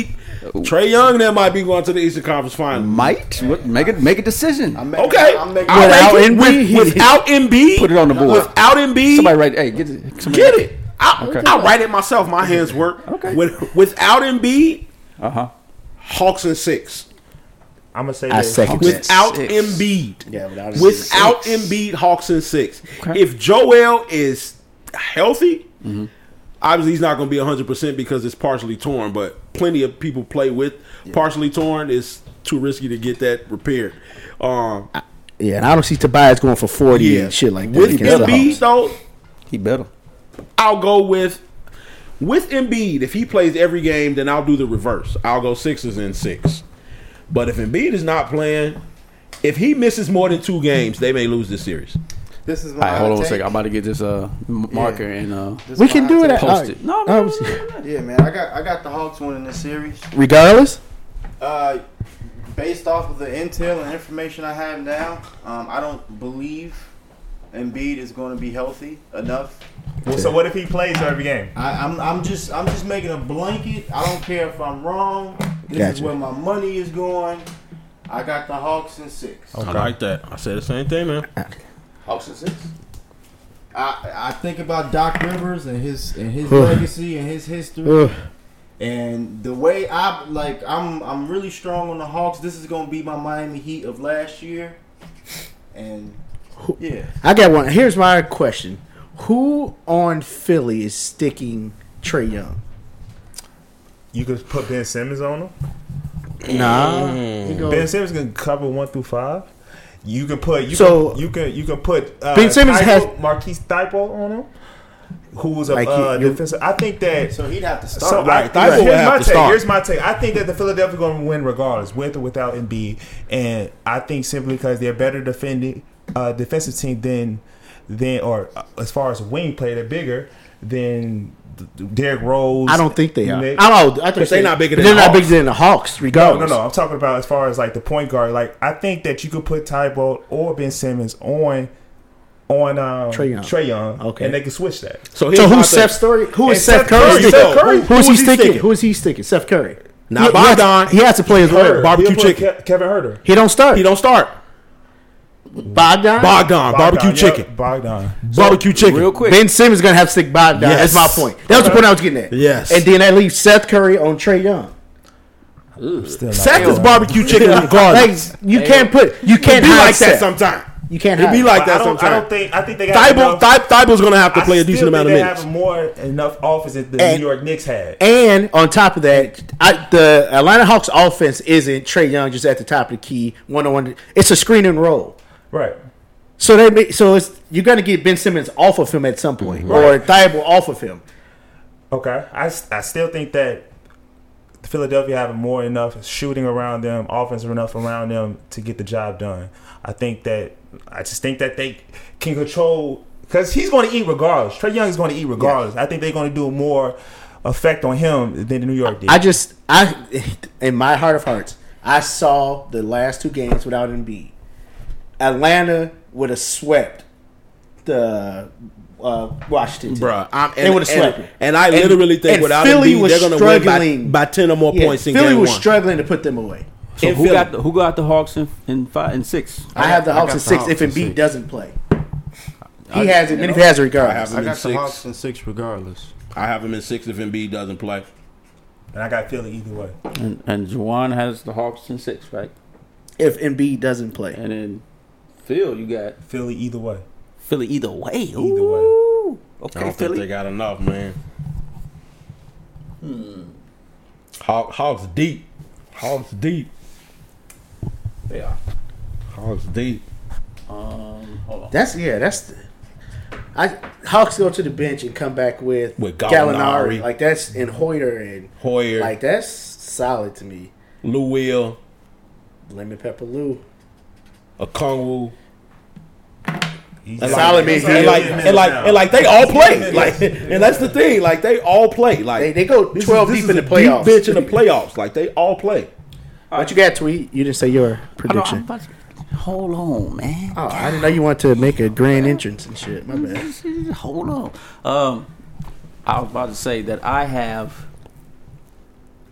Embiid, Trey Young that might be going to the Eastern Conference Final.
Might what, make it make a decision.
I'm making,
Okay,
I'm making,
I'll
Without
make it.
Embiid?
with, without Embiid,
Put it on the board.
Without Embiid,
Somebody write. Hey, get it. Somebody,
get it. I, I write it myself. My hands work.
Okay.
With, without Embiid,
Uh huh.
Hawks and six.
I'm gonna say
I
this.
second that.
Without
six.
Embiid,
Yeah, without Embiid.
without Embiid, Hawks and six.
Okay. Mm-hmm.
If Joel is healthy, obviously he's not going to be hundred percent because it's partially torn. But plenty of people play with partially torn. It's too risky to get that repaired. Um,
Yeah, and I don't see Tobias going for forty
yeah,
and shit like that
With
against the
Embiid
Hawks.
though,
He better.
I'll go with with Embiid. If he plays every game, then I'll do the reverse. I'll go sixes and six. But if Embiid is not playing, if he misses more than two games, they may lose this series.
this is my
All right, hold on a
take.
second. I'm about to get this uh m- marker and uh
This is
We
my
can
hot
do it.
take.
At,
post it. No, no, no,
um,
no, no, no.
Yeah, man, I got I got the Hawks winning this series.
regardless,
Uh, based off of the intel and information I have now, um, I don't believe Embiid is going to be healthy enough.
Well, so what if he plays every game?
I, I'm I'm just I'm just making a blanket. I don't care if I'm wrong. This is
Gotcha.
where my money is going. I got the Hawks in six.
I like that. I said the same thing, man.
Hawks and six.
I, I think about Doc Rivers and his and his
Ugh.
legacy and his history.
Ugh.
And the way I like, I'm I'm really strong on the Hawks. This is gonna be my Miami Heat of last year, and yeah,
I got one. Here's my question: Who on Philly is sticking Trey Young?
You could put Ben Simmons on him.
Nah. He
Oh.
go-
Ben Simmons can cover one through five. You can put you
So-
can, you can you can put uh,
Ben Simmons
Thybulle-
has-
Marquise Thibault on him, who's a
Like, you-
uh,
you-
defensive. I think that.
so he'd have to start.
So
right,
I,
Thibault
here's
have
my
to
take.
start.
Here's my take. I think that the Philadelphia going to win regardless, with or without Embiid, and I think simply because they're better defending uh, defensive team than than or uh, as far as wing play, they're bigger than Derrick Rose.
I don't think they are. Oh,
Nick-
I don't. I think
But they not bigger than
They're
the
not
Hawks.
bigger than the Hawks.
No,
Regardless.
no, no. I'm talking about as far as like the point guard. Like I think that you could put Tybolt or Ben Simmons on on um,
Trae Young. Okay.
okay, and they can switch that.
So,
So
here's my
who's
thing.
Seth Story? Who is
And Seth
Seth, Curry?
Curry,
sticking?
Seth Curry.
Who is
Who
he
is he
sticking?
sticking?
Who is he sticking? Seth Curry.
Not
He- he has-
Bogdan.
He has to play his
Herter.
role.
Barbecue
He'll put
chicken.
Ke- Kevin Herter.
He don't start.
he don't start.
Bogdan.
Bogdan, barbecue
Bogdan,
chicken,
yeah, Bogdan.
barbecue chicken.
Real quick.
Ben Simmons gonna have to stick Bogdan. That's
Yes.
my point. That was the point I was getting at.
Yes.
And then that leaves Seth Curry on Trey Young.
Still not
Seth is
good.
barbecue chicken
Like
regardless.
you can't put you
It
can't
be
hide
like that
Seth.
sometime.
you can't
It
hide.
be
him.
like
I
that
don't, I don't
sometime.
think. I think they got
Thibault, Thib- Thibault's going to have to play a decent amount of
they
minutes.
have more enough offense that the
And-
New York Knicks had.
And on top of that, I, the Atlanta Hawks offense isn't Trey Young just at the top of the key one on one. It's a screen and roll.
right.
So they make, so it's you're gonna get Ben Simmons off of him at some point
Mhm.
or Thibault off of him.
Okay. I, s- I still think that Philadelphia having more enough shooting around them, offensive enough around them to get the job done. I think that I just think that they can control because he's going to eat regardless. Trey Young is going to eat regardless. I think they're going to do more effect on him than the New York did.
I just I in my heart of hearts, I saw the last two games without Embiid. Atlanta would have swept the uh, Washington. team.
Bruh, I'm,
They would've swept
and,
it.
and I
And-
literally think
and
without
Philly
Embiid,
was
they're going to win
struggling.
by, by ten or more
Yeah,
points in
Philly
game
was
one.
struggling to put them away.
So
In
who
Philly.
got the, who got the Hawks in, in five and six?
I, have the
I got
Hawks
the
at six
Hawks
if
at
Embiid
six.
doesn't play. He has it, and if he has it, regardless.
I
I
have
got
in
the Hawks
six.
in six regardless.
I have him in six if Embiid doesn't play.
and I got Philly either way.
And, and Juwan has the Hawks in six, right?
If Embiid doesn't play,
And then Phil, you got
Phily either way.
Philly either way. Either
way.
Ooh. way.
I don't
Okay,
think they
Philly.
got enough, man. Hmm. Haw- Hawks deep. Hawks deep.
They are.
Hawks deep.
Um, hold on.
that's yeah, that's. The, I Hawks go to the bench and come back with
With Gallinari.
Gallinari, like that's and Hoyer and
Hoyer,
like that's solid to me.
Lou Will,
Lemon pepper Lou.
Okongwu.
He's
And
Solid
like,
man,
and
he-
like, and like, and like, they all play. Like, and that's the thing. Like, they all play. Like,
They they go
this is-
twelve
this
deep
is
in the
a deep
playoffs.
Bench in the playoffs. Like, they all play.
What you got, Tweet? You didn't say
I
your
don't, I'm
prediction.
about to- hold on, man.
Oh, I didn't know you wanted to make a grand entrance and shit. My bad.
Hold on. Um, I was about to say that I have.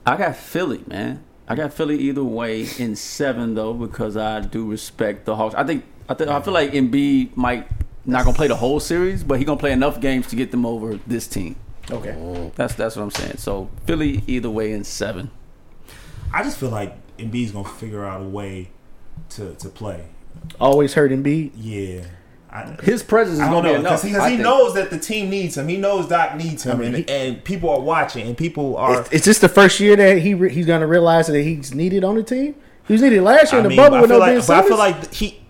I got Philly, man. I got Philly either way in seven though because I do respect the Hawks. I think I think I feel like Embiid might not gonna play the whole series, but he gonna play enough games to get them over this team.
Okay.
That's that's what I'm saying. So Philly either way in seven.
I just feel like Embiid's gonna figure out a way to to play.
Always hurt and beat.
Yeah. I,
His presence is
I
gonna
don't
be
know
enough.
because he,
I
'cause he
think.
knows that the team needs him. He knows Doc needs him,
I mean,
and,
he-
and people are watching, and people are.
Is, is this the first year that he re- he's gonna realize that he's needed on the team? He was needed last year
I
in the
mean, but
bubble
I
with
feel
no
like,
Ben
but I
Simmons.
feel like he.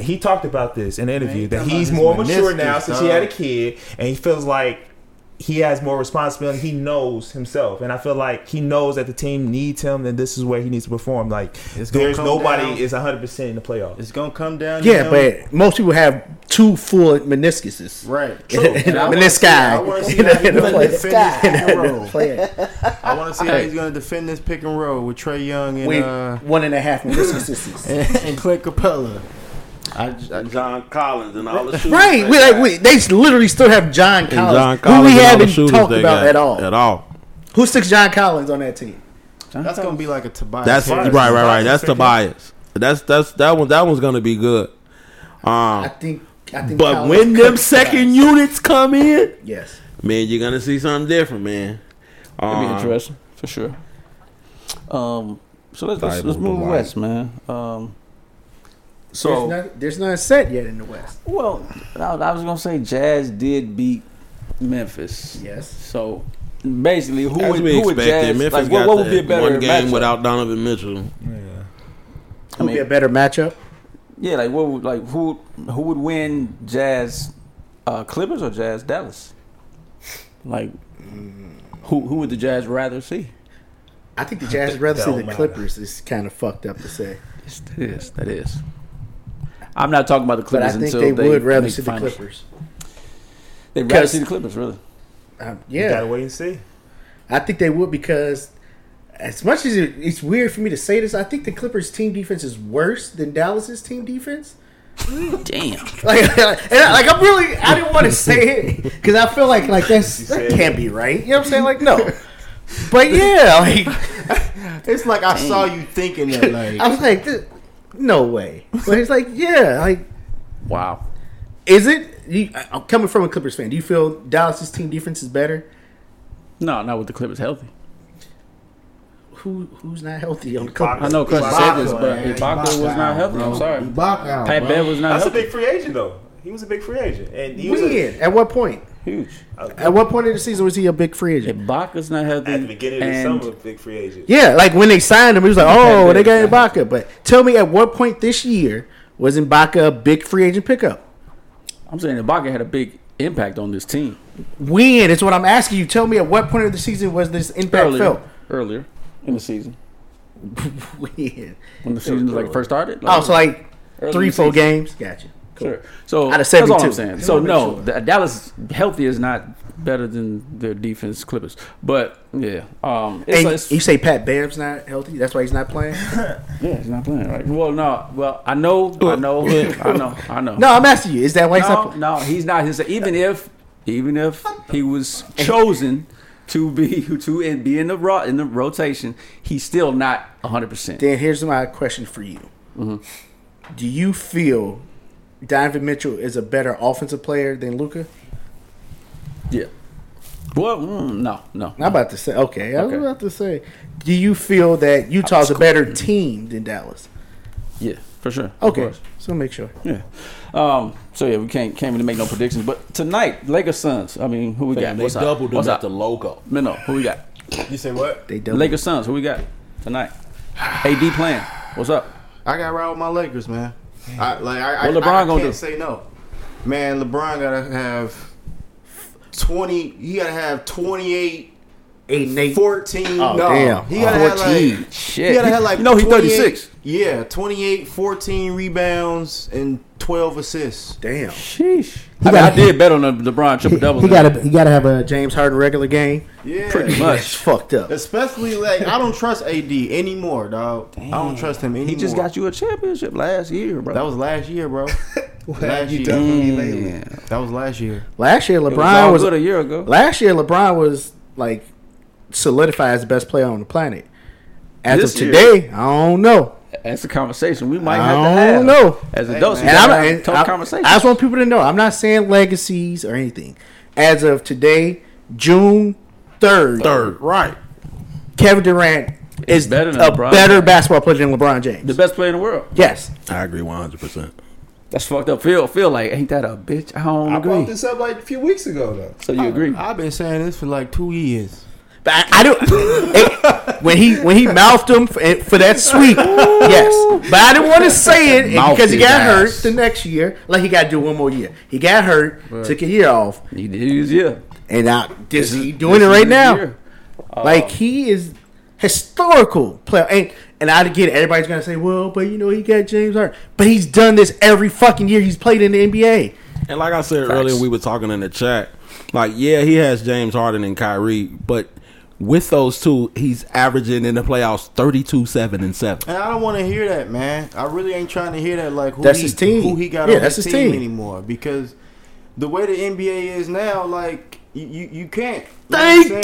He talked about this in an interview
he
that
talking
he's
about
more
his
mature
meniscus,
now since he had a
dog.
kid, and he feels like he has more responsibility. He knows himself, and I feel like he knows that the team needs him, and this is where he needs to perform. Like
It's gonna
there's
come
nobody
down-
is 100 percent in the playoffs.
It's gonna come down. to
yeah,
him.
but most people have two full meniscuses.
right.
And
I
I'm in
wanna
this guy.
I want to see how he's
In the
gonna
play-
defend this pick and roll.
play.
I want to see how
Hey.
he's gonna defend this pick and roll with Trey Young and
We
uh,
one and a half meniscuses.
and, and Clint Capella.
John Collins and all the shooters.
right?
they
We like
got.
we, they literally still have John
and
Collins,
John Collins
who we
and all the
haven't
shooters
talked
they
about
got.
at all.
At all.
Who sticks John Collins on that team?
That's gonna be like a Tobias.
That's
Harris.
right, right, right. That's
Tobias.
Tobias. That's that's that one. That one's gonna be good.
I
Um,
think. I think.
but
Collins
when
could-
them second units come in,
yes,
man, you're gonna see something different, man.
That'd be
Um,
interesting for sure. Um, so let's let's, let's
Valuable
move
life.
west, man. Um, so
there's, not, there's none set yet in the West.
well, I, I was gonna say Jazz did beat Memphis.
Yes,
So basically, who
As
would,
we
who would
expected,
Jazz
Memphis
like? What,
got
what would be a
that
better
one game
matchup?
without Donovan Mitchell.
Yeah.
I
would be a
mean,
better matchup.
yeah, like what would like who who would win Jazz uh, Clippers or Jazz Dallas? Like who who would the Jazz rather see?
I think the Jazz rather see
don't
the
matter.
Clippers is kind of fucked up to say,
Yes, that is that is. I'm not talking about the
but I
Clippers
think
until
they would rather
make
see the
finals.
Clippers.
They'd rather
Because-
see the Clippers, really.
Um,
You
yeah,
gotta wait and see.
I think they would because as much as it, it's weird for me to say this, I think the Clippers team defense is worse than Dallas's team defense.
Damn.
Like, and I, like I'm really, I didn't want to say it because I feel like like that's that can't be right. You know what I'm saying? Like no, but yeah, like
It's like I saw you thinking that. Like
I was like, "Th- no way. But it's like, yeah, like
Wow.
is it? You, I- I'm coming from a Clippers fan. Do you feel Dallas's team defense is better?
No, not with the Clippers healthy.
Who who's not healthy on the
I
Clippers?
know Chris said
Ibaka,
this, but
man.
Ibaka was not healthy. I'm sorry.
Ibaka out,
Pat
bro.
Bev was not
That's a
healthy.
big free agent though. He was a big free agent, and he was a,
When? At what point?
Huge.
At what point in the season was he a big free agent?
Ibaka's not healthy.
at the beginning of the
and-
summer a big free agent.
Yeah, like when they signed him, he was like,
Yeah,
"Oh, they
yeah,
got Ibaka." But tell me, at what point this year was Ibaka a big free agent pickup?
I'm saying Ibaka had a big impact on this team
When is what I'm asking you. Tell me, at what point of the season was this impact
earlier,
felt?
earlier in the season
When?
when the season was like first started.
Oh, so like
early
three,
in the season.
four games. Gotcha.
Sure. So
Out of
that's all I'm
72.
saying.
Just
So
wanna make
no,
sure.
the, Dallas healthy is not better than the defense Clippers, but yeah, um, it's,
And
it's-
you say Pat Bam's not healthy? That's why he's not playing?
yeah, he's not playing right. Well, no, well I know, I know, I know, I know.
No, I'm asking you. Is that why he's
no,
not
no, he's not. He's even if even if he was chosen to be to and be in the ro- in the rotation, he's still not 100. percent
Then here's my question for you.
Mm-hmm.
Do you feel Donovan Mitchell is a better offensive player than Luca?
Yeah. Well, mm, no, no.
I'm about to say, okay, I was
Okay.
about to say, do you feel that Utah's a better team than Dallas?
Yeah, for sure. Of
Okay,
course.
so make sure.
Yeah. Um. So yeah, we can't can't really make no predictions. But tonight, Lakers Suns. I mean, who we got?
they
What's up?
doubled him
What's
at
up?
the logo.
No, no. Who we got?
You say what?
They double.
Lakers Suns. Who we got tonight? AD playing. What's up?
I got to ride with my Lakers, man. I like I,
What
I,
LeBron
I,
gonna
can't
do?
say no. Man, LeBron gotta have twenty. He gotta have twenty-eight.
eight and eight.
14.
Oh,
no.
damn.
He gotta have like,
Shit.
He gotta have like
you know he's
28
36.
Yeah, 28, 14 rebounds, and 12 assists.
Damn.
Sheesh. I,
He
mean,
got-
I did bet on the LeBron triple double.
He got to he got to have a James Harden regular game.
Yeah.
pretty
That's
much.
fucked up.
Especially like I don't trust AD anymore, dog. I don't trust him anymore.
He just got you a championship last year, bro.
That was last year, bro.
What
Last
have you
year.
done for me lately?
Yeah.
Mm.
That was last year.
Last year,
It was all
LeBron was,
good a year ago.
last year LeBron was like solidified as the best player on the planet. As
This
of
year-
today, I don't know.
That's the conversation we might
I
have to
don't
have.
know.
As
Hey,
adults,
man.
we
And I'm,
gotta
and
have tough
I-
conversation.
I just want people to know I'm not saying legacies or anything. As of today, June third,
Third, right?
Kevin Durant
Is
is
better than
a
LeBron
better
James.
basketball player than LeBron James.
the best player in the world.
yes,
I agree one hundred percent.
That's fucked up. Feel feel like ain't that a bitch? I don't
I brought
agree.
this up like a few weeks ago though.
So you agree?
I've been saying this for like two years.
but I, I do. it- when he when he mouthed him for, for that sweep, yes, but I didn't want to say it
Mouthed
because he
his
got hurt
ass.
the next year. Like he got to do one more year. He got hurt, took a year off,
He did his year.
and now this
This
he
is-
doing
this
it
is
right
his
now.
year. Uh,
Like he is historical player, and and I get it. Everybody's gonna say, "Well, but you know he got James Harden," but he's done this every fucking year he's played in the NBA.
And like I said earlier, we were talking in the chat. Like, yeah, he has James Harden and Kyrie, but with those two, he's averaging in the playoffs 32, 7, and 7.
And I don't want to hear that, man. I really ain't trying to hear that. Like who
That's
he,
his team.
Who he got
Yeah,
on
that's
his
his
team,
team.
anymore? Because the way the NBA is now, like you, you, you can't.
Thank
know what I'm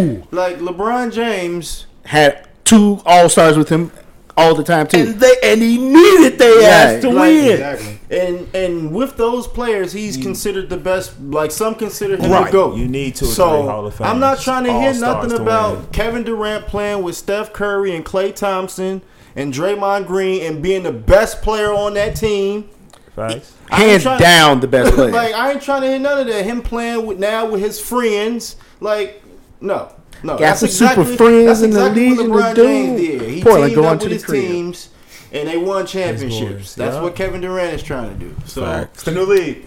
saying?
you.
Like, like LeBron James.
Had two All Stars with him all the time too.
they and he needed their
ass to
Like, exactly. And and with those players, he's considered the best. Like some consider him
Right.
the goat.
You need two or three Hall
So
of Famers,
I'm not trying to hear
all-stars
nothing
to
about
win.
Kevin Durant playing with Steph Curry and Klay Thompson and Draymond Green and being the best player on that team.
Facts.
I ain't
Hands
tryna-
down, the best player.
like I ain't trying to hear none of that. Him playing with now with his friends. Like no, no.
Got some super friends
that's
and the
exactly what
legion of
LeBron James
doom.
did. He
Portland,
teamed
go on
up
to
with
the
his
crib.
teams, and they won championships.
boys,
That's
yeah.
what Kevin Durant is trying to do. So
Facts.
it's the new league.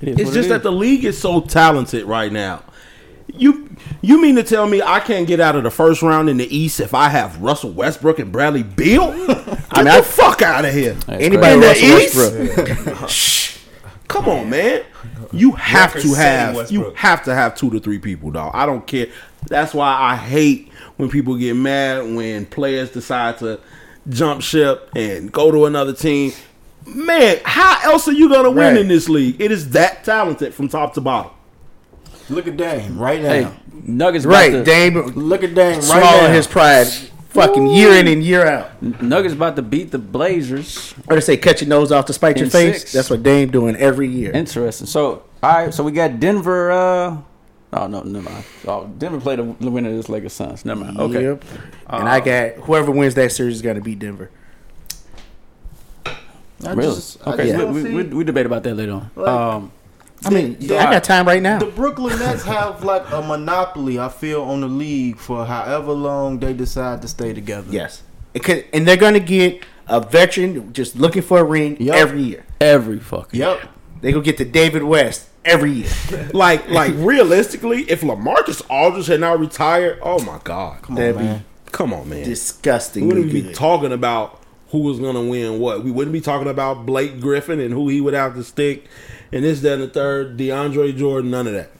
It's just that the league is so talented right now. You you mean to tell me I can't get out of the first round in the East if I have Russell Westbrook and Bradley Beal? Get I the fuck out of here.
Anybody
In the
Russell
East?
Westbrook.
Shh. Come on, man. You have
Record
to
setting
have you
Westbrook.
have to have two to three people, dog. I don't care. That's why I hate when people get mad when players decide to jump ship and go to another team. Man, how else are you gonna win
Right.
in this league? It is that talented from top to bottom.
Look at Dame right now.
Hey, Nuggets about
right?
to-
Dame
Look at Dame right
swallowing
now.
his pride, fucking year in and year out.
Nuggets about to beat the Blazers.
Or they say, cut your nose off to spite your
In
face.
six.
That's what Dame doing every year.
Interesting. So, all right. So we got Denver. Uh, oh no, never mind. Oh, Denver played the the winner of this Lakers Suns. Never mind. Okay.
Yep. and I got whoever wins that series is gonna beat Denver.
I
Really?
just- I
okay.
just don't
we, we,
see-
we, we debate about that later on.
Like-
um,
I mean,
The-
I got time right now.
The Brooklyn Nets have like a monopoly, I feel, on the league for however long they decide to stay together.
Yes. It could, and they're going to get a veteran just looking for a ring
Yup.
every year.
every fucking.
Yep.
They go get the David West every year.
Like like realistically, if Lamarcus Aldridge had not retired, oh my god, come on,
That'd
man.
come on, man.
be
we
disgustingly
wouldn't be
good.
talking about who was gonna win what. We wouldn't be talking about Blake Griffin and who he would have to stick and this, that, and the third, DeAndre Jordan, none of that.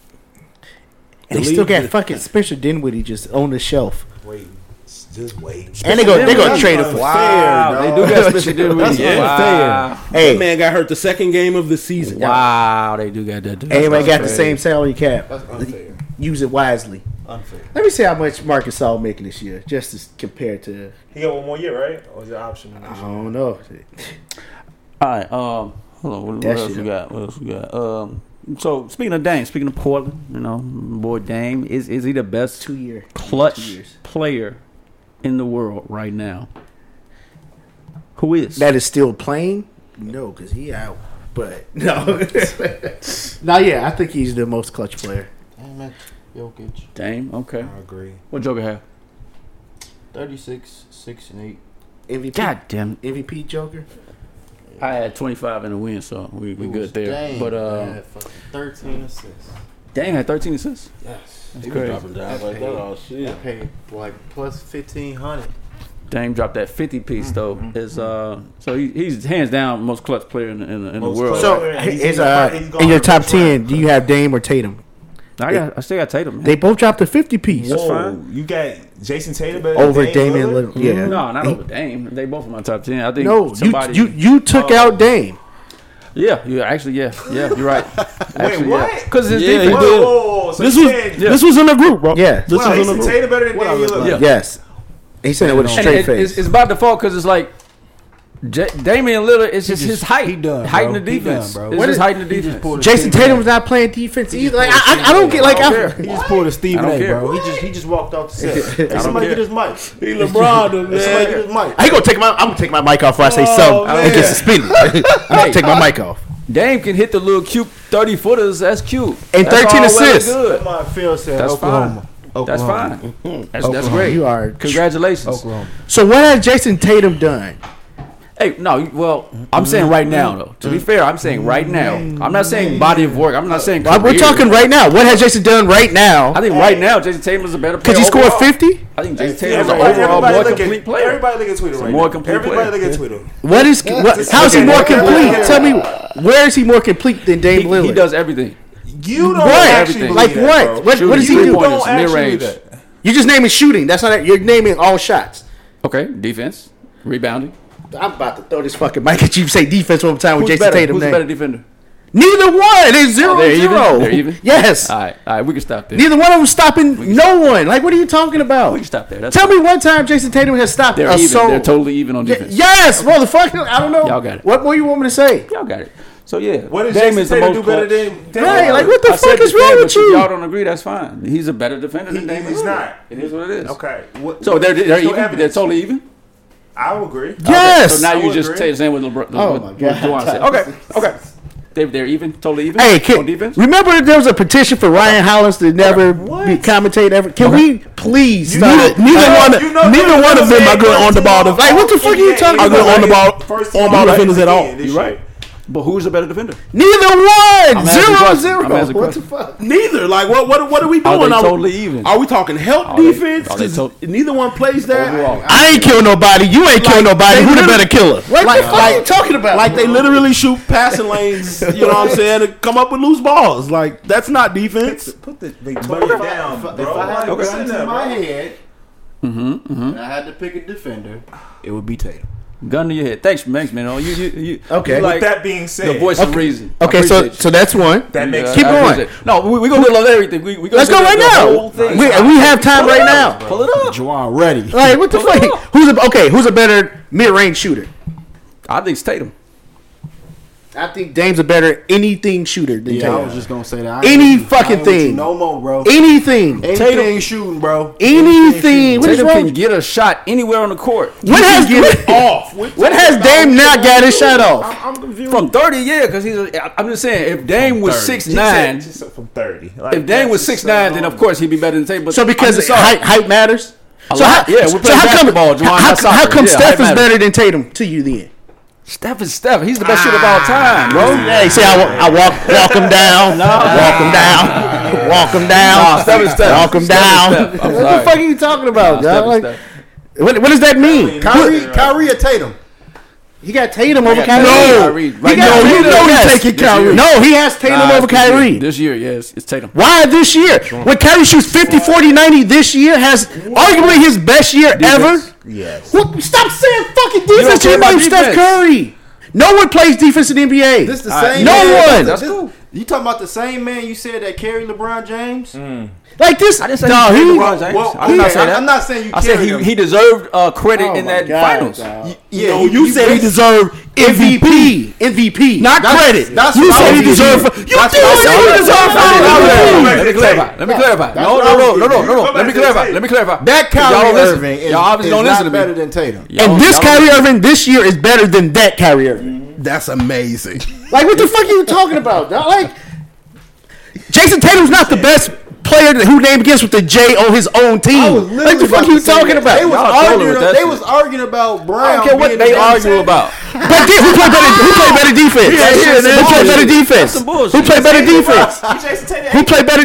and they
the
still
league
got
is-
fucking Spencer Dinwiddie just on the shelf.
Wait, just wait.
And they go they go
That's
trade him for
Wow, they do got special dude.
That's
wow.
That
Hey,
man got hurt the second game of the season.
wow, they do got that. Dude.
everybody got the same salary cap.
That's unfair.
Use it wisely.
Unfair.
Let me see how much Marcus Saul making this year, just as compared to
He got one more year, right? Or is it option?
I don't know.
All right. Um, hold on. What, what
That
else
shit.
we got? What else we got? Um, so speaking of Dame, speaking of Portland, you know, boy Dame is is he the best
Two year Two
clutch
years.
player in the world right now? Who is?
that is still playing? No, because he out. But no, no, yeah, I think he's the most clutch player.
Damn it. Jokic.
Dame. Okay.
I agree.
What Joker have?
36, 6, and 8.
MVP,
God damn.
MVP Joker.
I had 25 in the win, so we we
It
good
was
there.
Dame
but uh,
that had fucking 13 assists.
Dame had 13 assists.
Yes.
That's crazy.
That's like that, paid. oh, That paid like plus 1500
Dame dropped that 50 piece though.
Mm-hmm.
Is uh, so he, he's hands down most clutch player in the, in the, in the
Most
world.
clutch.
So
and he's-
it's
he's
uh,
gonna- he's gonna
in your
have
top
a try.
ten, do you have Dame or Tatum?
I got I still got Tatum. Man.
They both dropped a fifty piece
Whoa,
fine.
you got Jason Tatum better than
over
Dame
Damian
Lillard?
Lillard.
Mm-hmm.
Yeah,
No, not over Dame. They both in my top ten. I think
no, you
somebody
you you took
Oh.
out Dame.
Yeah, you actually, yeah, yeah, you're right. actually,
what?
Because his
Yeah,
defense,
he did.
so
This
you
was
said-
this was in the group, bro.
Yeah.
this
Wow,
was in
Jason
the group.
Tatum better than Damian Lillard.
Yeah.
Yes. He said it with a
and
straight
it-
face.
it's, it's by default because it's like J- Damian Lillard is just, his height,
he done,
heighting the
bro. He done,
defense.
bro.
It's
What
just
is-
heightened the
He just
defense.
pulled a
Jason
Stephen A.
Tatum's not playing defense either. Like, I, I, I don't get like
I don't
I,
care.
He just pulled a Stephen
I don't
A,
care.
bro. He just he just walked off the set.
I
Hey,
don't
somebody
care.
get his mic.
He LeBron,
Somebody get his mic.
I ain't gonna take my I'm gonna take my mic off before I
Oh,
say something and get suspended. I'm gonna take my mic off.
Dame can hit the little cute thirty footers. That's cute.
And
That's
13
all well and
assists.
good.
Come on, Phil said
That's
Oklahoma.
fine. That's
Oklahoma.
fine. That's, that's
Oklahoma,
great.
Oh, You are
Congratulations.
Oklahoma.
So what has Jason Tatum done?
Hey, no, you- well, I'm saying right now though. To be fair, I'm saying right now. I'm not saying body of work. I'm not saying.
Like, Uh, We're
career.
talking right now. What has Jason done right
I
now?
think right now Jason Tatum is a better player.
Because he scored
overall.
50.
I think Jason Tatum is an
Everybody,
overall
everybody
more
look
complete
at
player.
everybody look at Twitter right
more
now.
complete
everybody
player.
look at Twitter.
What is what, how is he more complete? Tell me, where is he more complete than Dame
He,
Lillard?
he does everything.
You don't
What?
actually
Everything.
believe
like
that,
what?
bro.
what?
Shooting,
What does he
three
do?
pointers,
Don't actually
mid-range.
do that.
You just naming shooting. That's not. You're naming all shots.
Okay, defense, rebounding.
I'm about to throw this fucking mic at you. Say defense one more time with
Who's
Jason
better?
Tatum.
Who's
name.
better defender? Oh,
Neither one. It's zero
they're even?
zero.
They're even?
Yes.
All right, all right, we can stop there.
Neither one of them stopping no one. Like what are you talking about?
We can stop there. That's
Tell me one time Jason Tatum has stopped
they're
a
even.
soul.
They're totally even on
Uh, Y-
defense.
yes, motherfucker. I don't know.
Y'all got it.
What more you want me to say?
Y'all got it. So yeah,
What is
Dame
Jason
is the
Tatum
most
do better
clutch.
than Dame?
Right,
Lillard?
like what the
I said
fuck is
before,
wrong
but
with
if
you?
Y'all don't agree? That's fine. He's a better defender than
He-
Dame.
he's
Lillard.
not.
It is what it is.
Okay. What,
So they're they're
show
even. They're
evidence.
totally even.
I would agree.
Yes.
So now
I
you
would
just
agree.
say the same with LeBron.
Oh
with-
my
with
God.
Juwan said. Okay. Okay. They, they're even. Totally even.
Hey,
on
can,
defense.
remember there was a petition for Ryan Hollins to never be commentate ever. Can we please? stop it?
Neither, neither
Uh,
one,
you know
neither
Tatum
one of them
said
are good on the ball.
first
Like, what
team
the fuck are you talking
all-
about? Are good on the ball,
First team
on ball
all-
defenders at all?
Yeah, this
You right?
But who's a better defender?
Neither one.
I'm asking
Zero
questions.
zero.
I'm asking
What the
questions.
fuck?
Neither. Like, what? What? What are we
Are
doing?
Oh, they
we-
totally even? Oh,
Are we talking help
they-
defense?
are they
'Cause
tot-
neither one plays that.
Overall.
I ain't kill nobody. You ain't kill nobody.
they
Who the
literally-
better killer? What the fuck are you talking about?
Like they literally shoot passing lanes, you know what I'm saying, and come up with loose balls. Like that's not defense.
Put the Victoria down,
If I-
bro.
If I had a
Okay.
gun to
Bro.
my head,
Mm-hmm,
and I had to pick a defender, it would be Tatum.
Gun to your head. Thanks, thanks, man. Oh, you, you, you. you
Okay. With
like
With that being said,
the voice of reason. I
okay, so
appreciate you.
so that's one.
that makes
Yeah,
Keep
I
going.
appreciate it. No, we, we're gonna do everything. We, we gonna
Let's
do
go
the-
right
the
now.
whole thing.
We, and we have time right now.
Pull it up.
Juwan ready.
Like what the
Pull it
fuck?
up.
Who's a, okay? Who's a better mid range shooter?
I think it's Tatum.
I think Dame's a better anything shooter than
Yeah, I
Tatum.
was just gonna say that. I
Any
ain't with you.
fucking
I ain't with you
thing.
No more, bro.
anything.
Anything shooting, bro.
Anything. What is
Tatum
wrong?
can get a shot anywhere on the court
What has what,
Off.
what has Dame not got his shot off?
I'm, I'm confused.
from thirty. Yeah, because he's. A, I- I'm just saying, if Dame was six
She
nine,
said- she said from thirty. Like,
if Dame
that's
was
just
six
so
nine, then
long.
of course he'd be better than Tatum. But
So because
I'm just sorry.
height, height matters. so
lot. Yeah, we're playing basketball, Juwan,
how,
not
how, how
soccer.
come
Yeah, height
Steph is
matters.
better than Tatum to you then?
Steph is Steph. He's the best shooter of all time, bro.
Yeah, you see, I, wa- I walk, walk him down, walk him down, walk him down,
Steph is Steph.
walk him
Steph is
down.
Steph. I'm
What the
sorry.
fuck are you talking about,
Steph
dog?
is
Like,
Steph.
what, what does that mean?
Kyrie, Kyrie or Tatum?
He got Tatum over Kyrie.
Tatum over Kyrie.
No,
Right
he
now,
got
you
Tatum
know
over
he's
Kyrie.
taking Kyrie.
No, he has Tatum
Nah,
over
this year-
Kyrie.
Ah, this year. Yes, it's Tatum.
Why this year? When Kyrie shoots 50, 40, 90 this year, has arguably his best year ever.
Yes.
What, stop saying fucking
don't
defense.
care
You
about
know Steph
defense.
Curry. No one plays defense in the NBA.
This the
All right.
same.
No
man-
one.
That's
this-
cool.
You talking about the same man you said that carried LeBron James?
Mm.
like this.
I didn't say
dog,
he,
he-
LeBron James.
Well,
I did not
okay,
say
I'm-
that.
I'm not saying you
I said
carry
he,
him.
he deserved uh, credit in that finals.
Yeah,
Oh,
No, you said he deserved MVP.
MVP. MVP.
Not credit.
That's
you
what
said
I
he
was
deserved.
getting
You did
That's what I
say
was
he
getting
Let
deserved.
me
finals.
clarify. Let me clarify. No,
what I
no,
was
no, no, no,
getting
no,
at.
no. Let me clarify. Let me clarify.
That
Y'all don't
Kyrie
listen.
Irving is,
Y'all obviously
is
don't
not
listen to me.
better than Tatum.
Y'all-
and this
y'all-
Kyrie Irving this year is better than that Kyrie Irving.
That's amazing.
Like, what the fuck are you talking about, dog? Like, Jason Tatum's not the best player that- who name begins with the J on his own
I was
team.
literally
Like, the fuck
about
are you
to say
talking
that. They was,
about?
Y'all trolling
arguing,
with that
they
shit.
was arguing about Brown.
I don't care what
being
they
the best
argue
center.
about.
But then, who played better? Who played better defense?
shit is
who played better
bullshit.
defense?
That's some bullshit.
Who played better defense?
Jason Tatum.
Who played better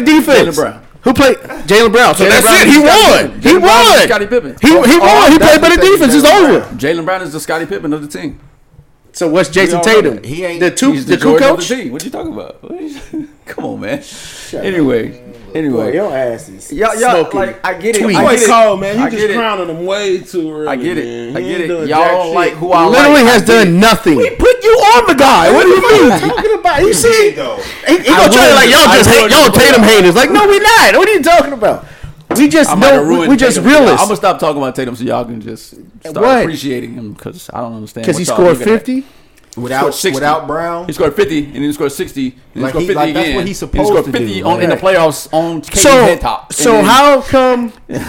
Jaylen
defense?
Brown.
Who played Jalen Brown? So
Jaylen
that's
Brown
it.
is
He
Scottie
won.
Pippen.
He
Jaylen Brown is
won.
Scottie Pippen.
He he won. He played better defense. It's over.
Jalen Brown is the Scottie Pippen of the team.
So what's
all
Jason
know
Tatum?
that.
He ain't-
the two
He's the,
the two
Jordan of
coach.
the team. What you talking about? Come on, man. Anyway,
Boy,
Anyway,
your ass is
y'all, y'all
smoking.
like I get it.
tweets.
I
Boy,
get it.
Cole, man, you
I get
just
it.
crowning him way too early.
I get it.
man.
I
He
get
ain't
it.
doing
Y'all
jack
don't
shit.
like who I
Literally
like.
has done nothing.
We put you on the guy. What do you mean?
talking about? You see,
though.
he, he gonna try to like y'all
I
just hate
ruined
y'all
it for
Tatum
y'all.
haters. Like, no, we not. What are you talking about? We just know. We, we just
I'm gonna
realists
stop talking about Tatum so y'all can just start
What?
appreciating him because I don't understand.
because he
what y'all
scored
looking at.
fifty.
Scored
Without
60.
without Brown,
He scored 50 and then he scored 60. And then
Like
he
he-
scored 50
like,
again.
that's what he's
and he scored
supposed to
50
do.
on, in the
Right.
playoffs on KD's
So,
head top. And
so
then,
how come
And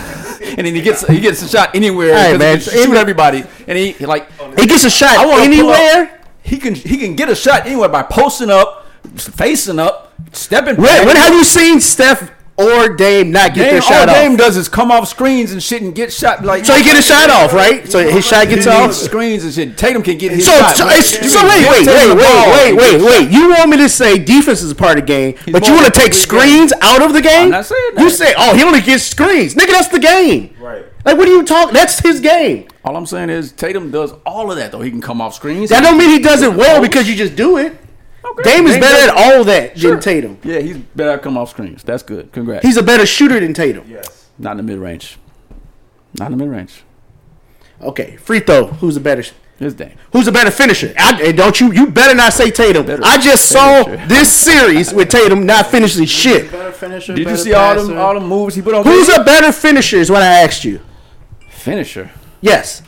then he gets he gets a shot anywhere.
Hey,
Hey,
man,
man, shoot
any-
everybody. And he like
he gets a shot
I want
anywhere?
He can he can get a shot anywhere by posting up, facing up, stepping.
When,
back.
when have you seen Steph or Dame not get
Dame,
their shot
all Dame
off?
does is come off screens and shit and get shot. Like
So he get his shot off, right? So his shot gets
He needs
off. So,
screens and shit. Tatum can get his
so,
shot.
so,
Like,
it's-
you
so
can
wait,
give
wait,
Tatum the
wait,
ball.
wait, wait,
He
wait,
can
wait. You want me to say defense is a part of the game, but you
more
want to
than
take
the game.
screens out of the game?
not saying that.
You say, oh, he only gets screens, nigga. That's the game.
Right.
Like, what are you talking? That's his game.
All I'm saying is Tatum does all of that though. He can come off screens. Oh,
That don't mean he does it well because you just do it. Dame is better at all that than Tatum.
Yeah, he's better at come off screens. That's good. Congrats.
He's a better shooter than Tatum.
Yes.
not in the mid range. Not in the mid range.
Okay, free throw. Who's a better? sh-
His Dame.
Who's a better finisher? I, and don't you? You better not say Tatum.
Better
I just
finisher.
saw this series with Tatum not finishing shit.
better finisher.
Did you
better
see all them
passer.
all them moves he put on?
Who's a better finisher? Is what I asked you.
finisher?
Yes.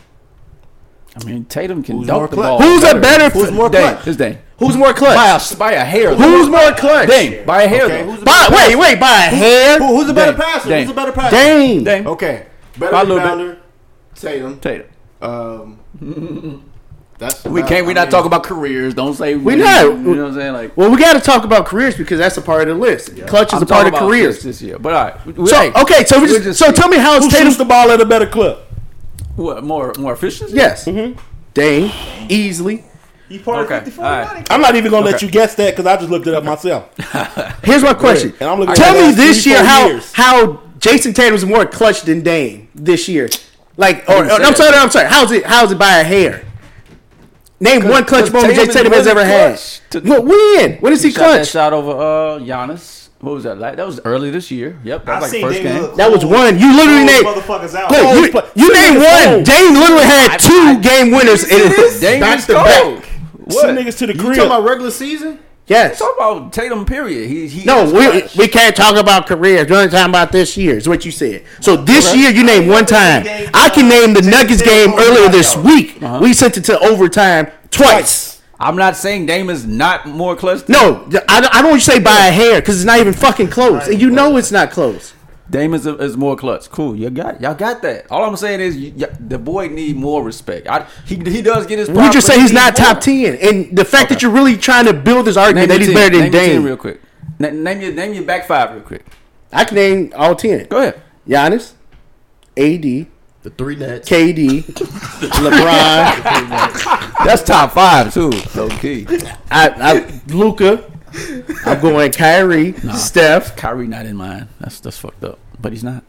I mean, Tatum can
Who's more
dunk the
clutch?
ball.
Who's a better?
Who's more
Dame?
clutch?
His Dame.
Who's more
By
clutch?
a, by a hair.
Who's more clutch?
Dame? By a hair.
Okay,
though.
who's a
By,
better
wait, wait. By a hair.
Who- who's a better
Dame.
passer?
Dame.
Who's a better passer?
Dame.
Dame.
Okay, better
By a little
rebounder. Tatum.
Tatum.
Um, that's
We can't. We're not talking about careers. Don't say we
not.
You know what I'm saying? Like
Well, we got to talk about careers because that's a part of the list. Clutch is
I'm
a part
talking
of
about
careers.
this this year. But all right. We-
So
hey,
okay, so we
we're
just, so tell me how it's
Who shoots
Tatum's
the ball at a better clip?
what more more efficiency?
Yes.
Mm-hmm.
Dame easily.
He part
Okay,
of 54
all right.
I'm not even gonna let you guess that because I just looked it up myself.
Here's my question.
And I'm looking
Tell
at the
me
last
this
three,
year
four
how
years.
how Jason Tatum's more clutch than Dame this year. Like, or,
didn't say
or- I'm
that.
sorry, I'm sorry. How's it? How's it by a hair? Name one clutch
'cause
moment
Tatum
Jason Tatum
is
has ever had.
clutch to-
What when? When is he,
He shot that
clutch? That,
shot over uh Giannis. What was that? Like that was early this year. Yep, that
I've
was like
seen
first
Dame
game.
Hood.
was one. You literally
Those
named.
motherfuckers out.
Look,
Always
you,
play-
you
Send
named
niggas
one.
home.
Dame literally had two game winners in
Dame
back
is
to
cold.
back.
Send niggas to the
You talking
crib.
about regular season?
Yes.
Talk about Tatum. Period. He he.
No,
is
we,
clutch.
we can't talk about careers. We're only talking about this year, is what you said. So
Uh-huh.
this year, you named one time. I can name the Nuggets game earlier this week.
Uh-huh.
We sent it to overtime twice.
I'm not saying Dame is not more clutch. Than
No, I, don't- I don't want you to say by a hair because it's not even fucking close. And you know it's not close.
Dame is, is more clutch. Cool, you got y'all got that. All I'm saying is you, y- the boy need more respect. I, he he does get his.
We
props,
just
but
say
he
he's
needs
not
more.
top 10. And the fact that you're really trying to build this
Name
argument that
your
he's
team.
better than
name your team
Dame,
real quick. Na- name your name your back five real quick.
I can name all 10.
Go ahead.
Giannis, AD,
The three nets.
KD, LeBron,
That's top five too. So key.
I, I, Luca. I'm going Kyrie, Steph.
Kyrie not in mine. That's that's fucked up. But he's not.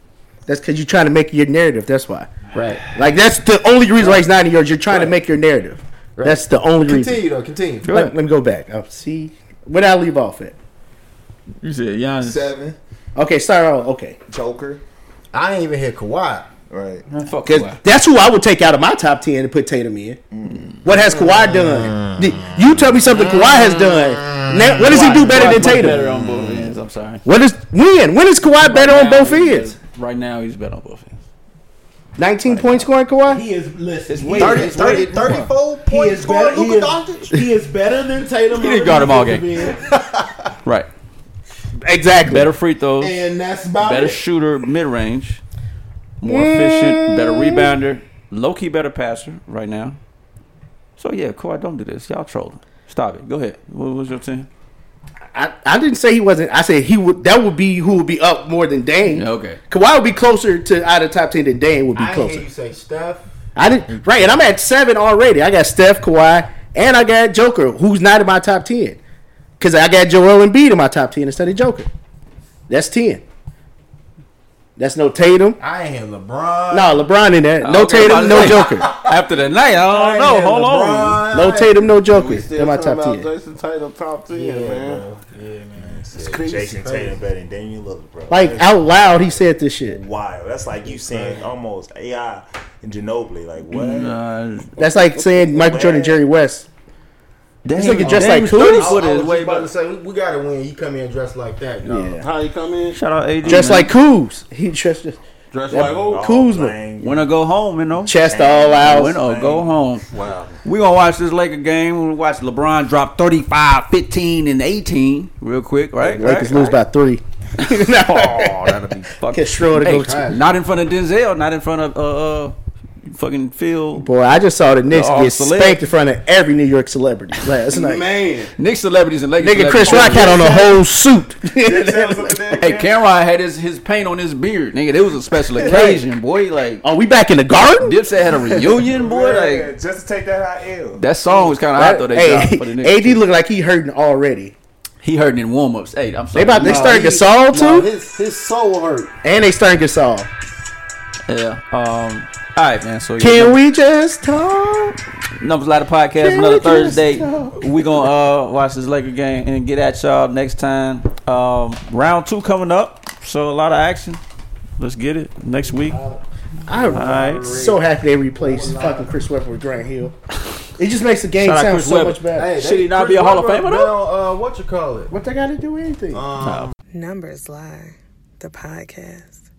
That's because you're trying to make your narrative. That's why.
Right.
Like that's the only reason why he's not in yours. You're trying to make your narrative. That's the only reason.
Continue though. Continue.
Go
Let,
ahead.
let me go back. Oh, see, where did I leave off at?
You said Giannis.
Seven.
Okay, start off. Okay,
Joker.
I ain't even hit Kawhi.
Right.
Fuck
because
Kawhi.
that's who I would take out of my top ten and put Tatum in. What has Kawhi
Mm.
done? Did- You tell me something Kawhi has done. Now, what does he do better
Kawhi's
than
much Better
Tatum?
on both ends. I'm sorry.
What is when? When is Kawhi better on
Now
both
he's
ends?
better- Right now he's better on both ends.
19 point scoring Kawhi.
He is listen. He,
Wait, 30, 30, 34
he
point
is
scorer
better. He
Luka
is,
Doncic.
he is better than Tatum.
He didn't guard him all game. Right.
Exactly.
Better free throws.
and that's about
better
it.
shooter mid range, more efficient, better rebounder, low key better passer right now. So yeah, Kawhi, don't do this. Y'all trolling. Stop it. Go ahead. What was your team?
I, I didn't say he wasn't. I said he would. That would be who would be up more than Dame.
Yeah, okay.
Kawhi would be closer to out of top ten than Dame would be
I hear
closer.
you say Steph.
I
Mm.
didn't. Right, and I'm at seven already. I got Steph, Kawhi, and I got Joker, who's not in my top ten, because I got Joel Embiid in my top ten instead of Joker. That's ten. That's no Tatum.
I ain't had LeBron.
No, LeBron in there. No
Okay,
Tatum,
about
no
to say,
Joker.
After the night, I don't know. Hold on.
No Tatum, no Joker.
Still
In my
talking
top
about
ten.
Jason Tatum top ten, man.
Yeah, man.
It's crazy. Jason Tatum better than Damian Lillard, bro.
Like out loud, he said this shit.
wild. That's like you saying almost AI and Ginobili. Like what?
Uh,
That's like saying Michael Jordan, and Jerry West.
This
nigga dressed like Kobe?
thirty
I,
foot
I
is
was
way
just about
better.
to say we, we gotta win. You come in dressed like that. No.
Yeah.
How you come in?
Shout out AD.
Just
man.
like Coos. He dressed just
Dressed
That-
like oh
Kuzma.
when I go home, you know.
chest all out.
Win or go home.
wow.
We gonna watch this Laker game. We gonna watch LeBron drop 35, 15, and 18 real quick, right?
Lakers
Right?
lose by three.
oh, that'll be fucking.
Get Schroeder
Hey,
go to-
not in front of Denzel. Not in front of uh, uh fucking Phil.
Boy, I just saw the Knicks
Oh,
get
celeb.
spanked in front of every New York celebrity last night.
Man,
Nick celebrities and Lakers.
Nigga,
celebrities.
Chris Rock had on a whole suit.
Hey, Cameron had his, his paint on his beard, nigga. It was a special occasion, boy. Like
Are we back in the garden?
Dipset had a reunion, boy.
Yeah,
Like
just to take that high L.
that song was kind of hot though. They dropped
Hey,
for the Knicks.
AD looked like he hurting already.
He hurting in warm ups. Hey, I'm
They
sorry.
about they started Gasol
no,
too,
his his soul hurt.
and they started Gasol.
Yeah. Um. All right, man. So yeah,
Can we just talk?
Numbers Ladder Podcast,
Can
another
we just
Thursday.
talk?
We gonna uh, watch this Laker game and get at y'all next time. Um, round two coming up, so a lot of action. Let's get it next week.
I'm
right.
so happy they replaced fucking Chris Webber with Grant Hill. It just makes the game
Shout out
sound
Chris
so
Webber.
much better.
Hey,
Should he
they-
not be
Chris
a Hall of
Webber
Famer, though?
down, Uh, what you call it?
What they got to do with anything?
Um,
Numbers Lie, the podcast.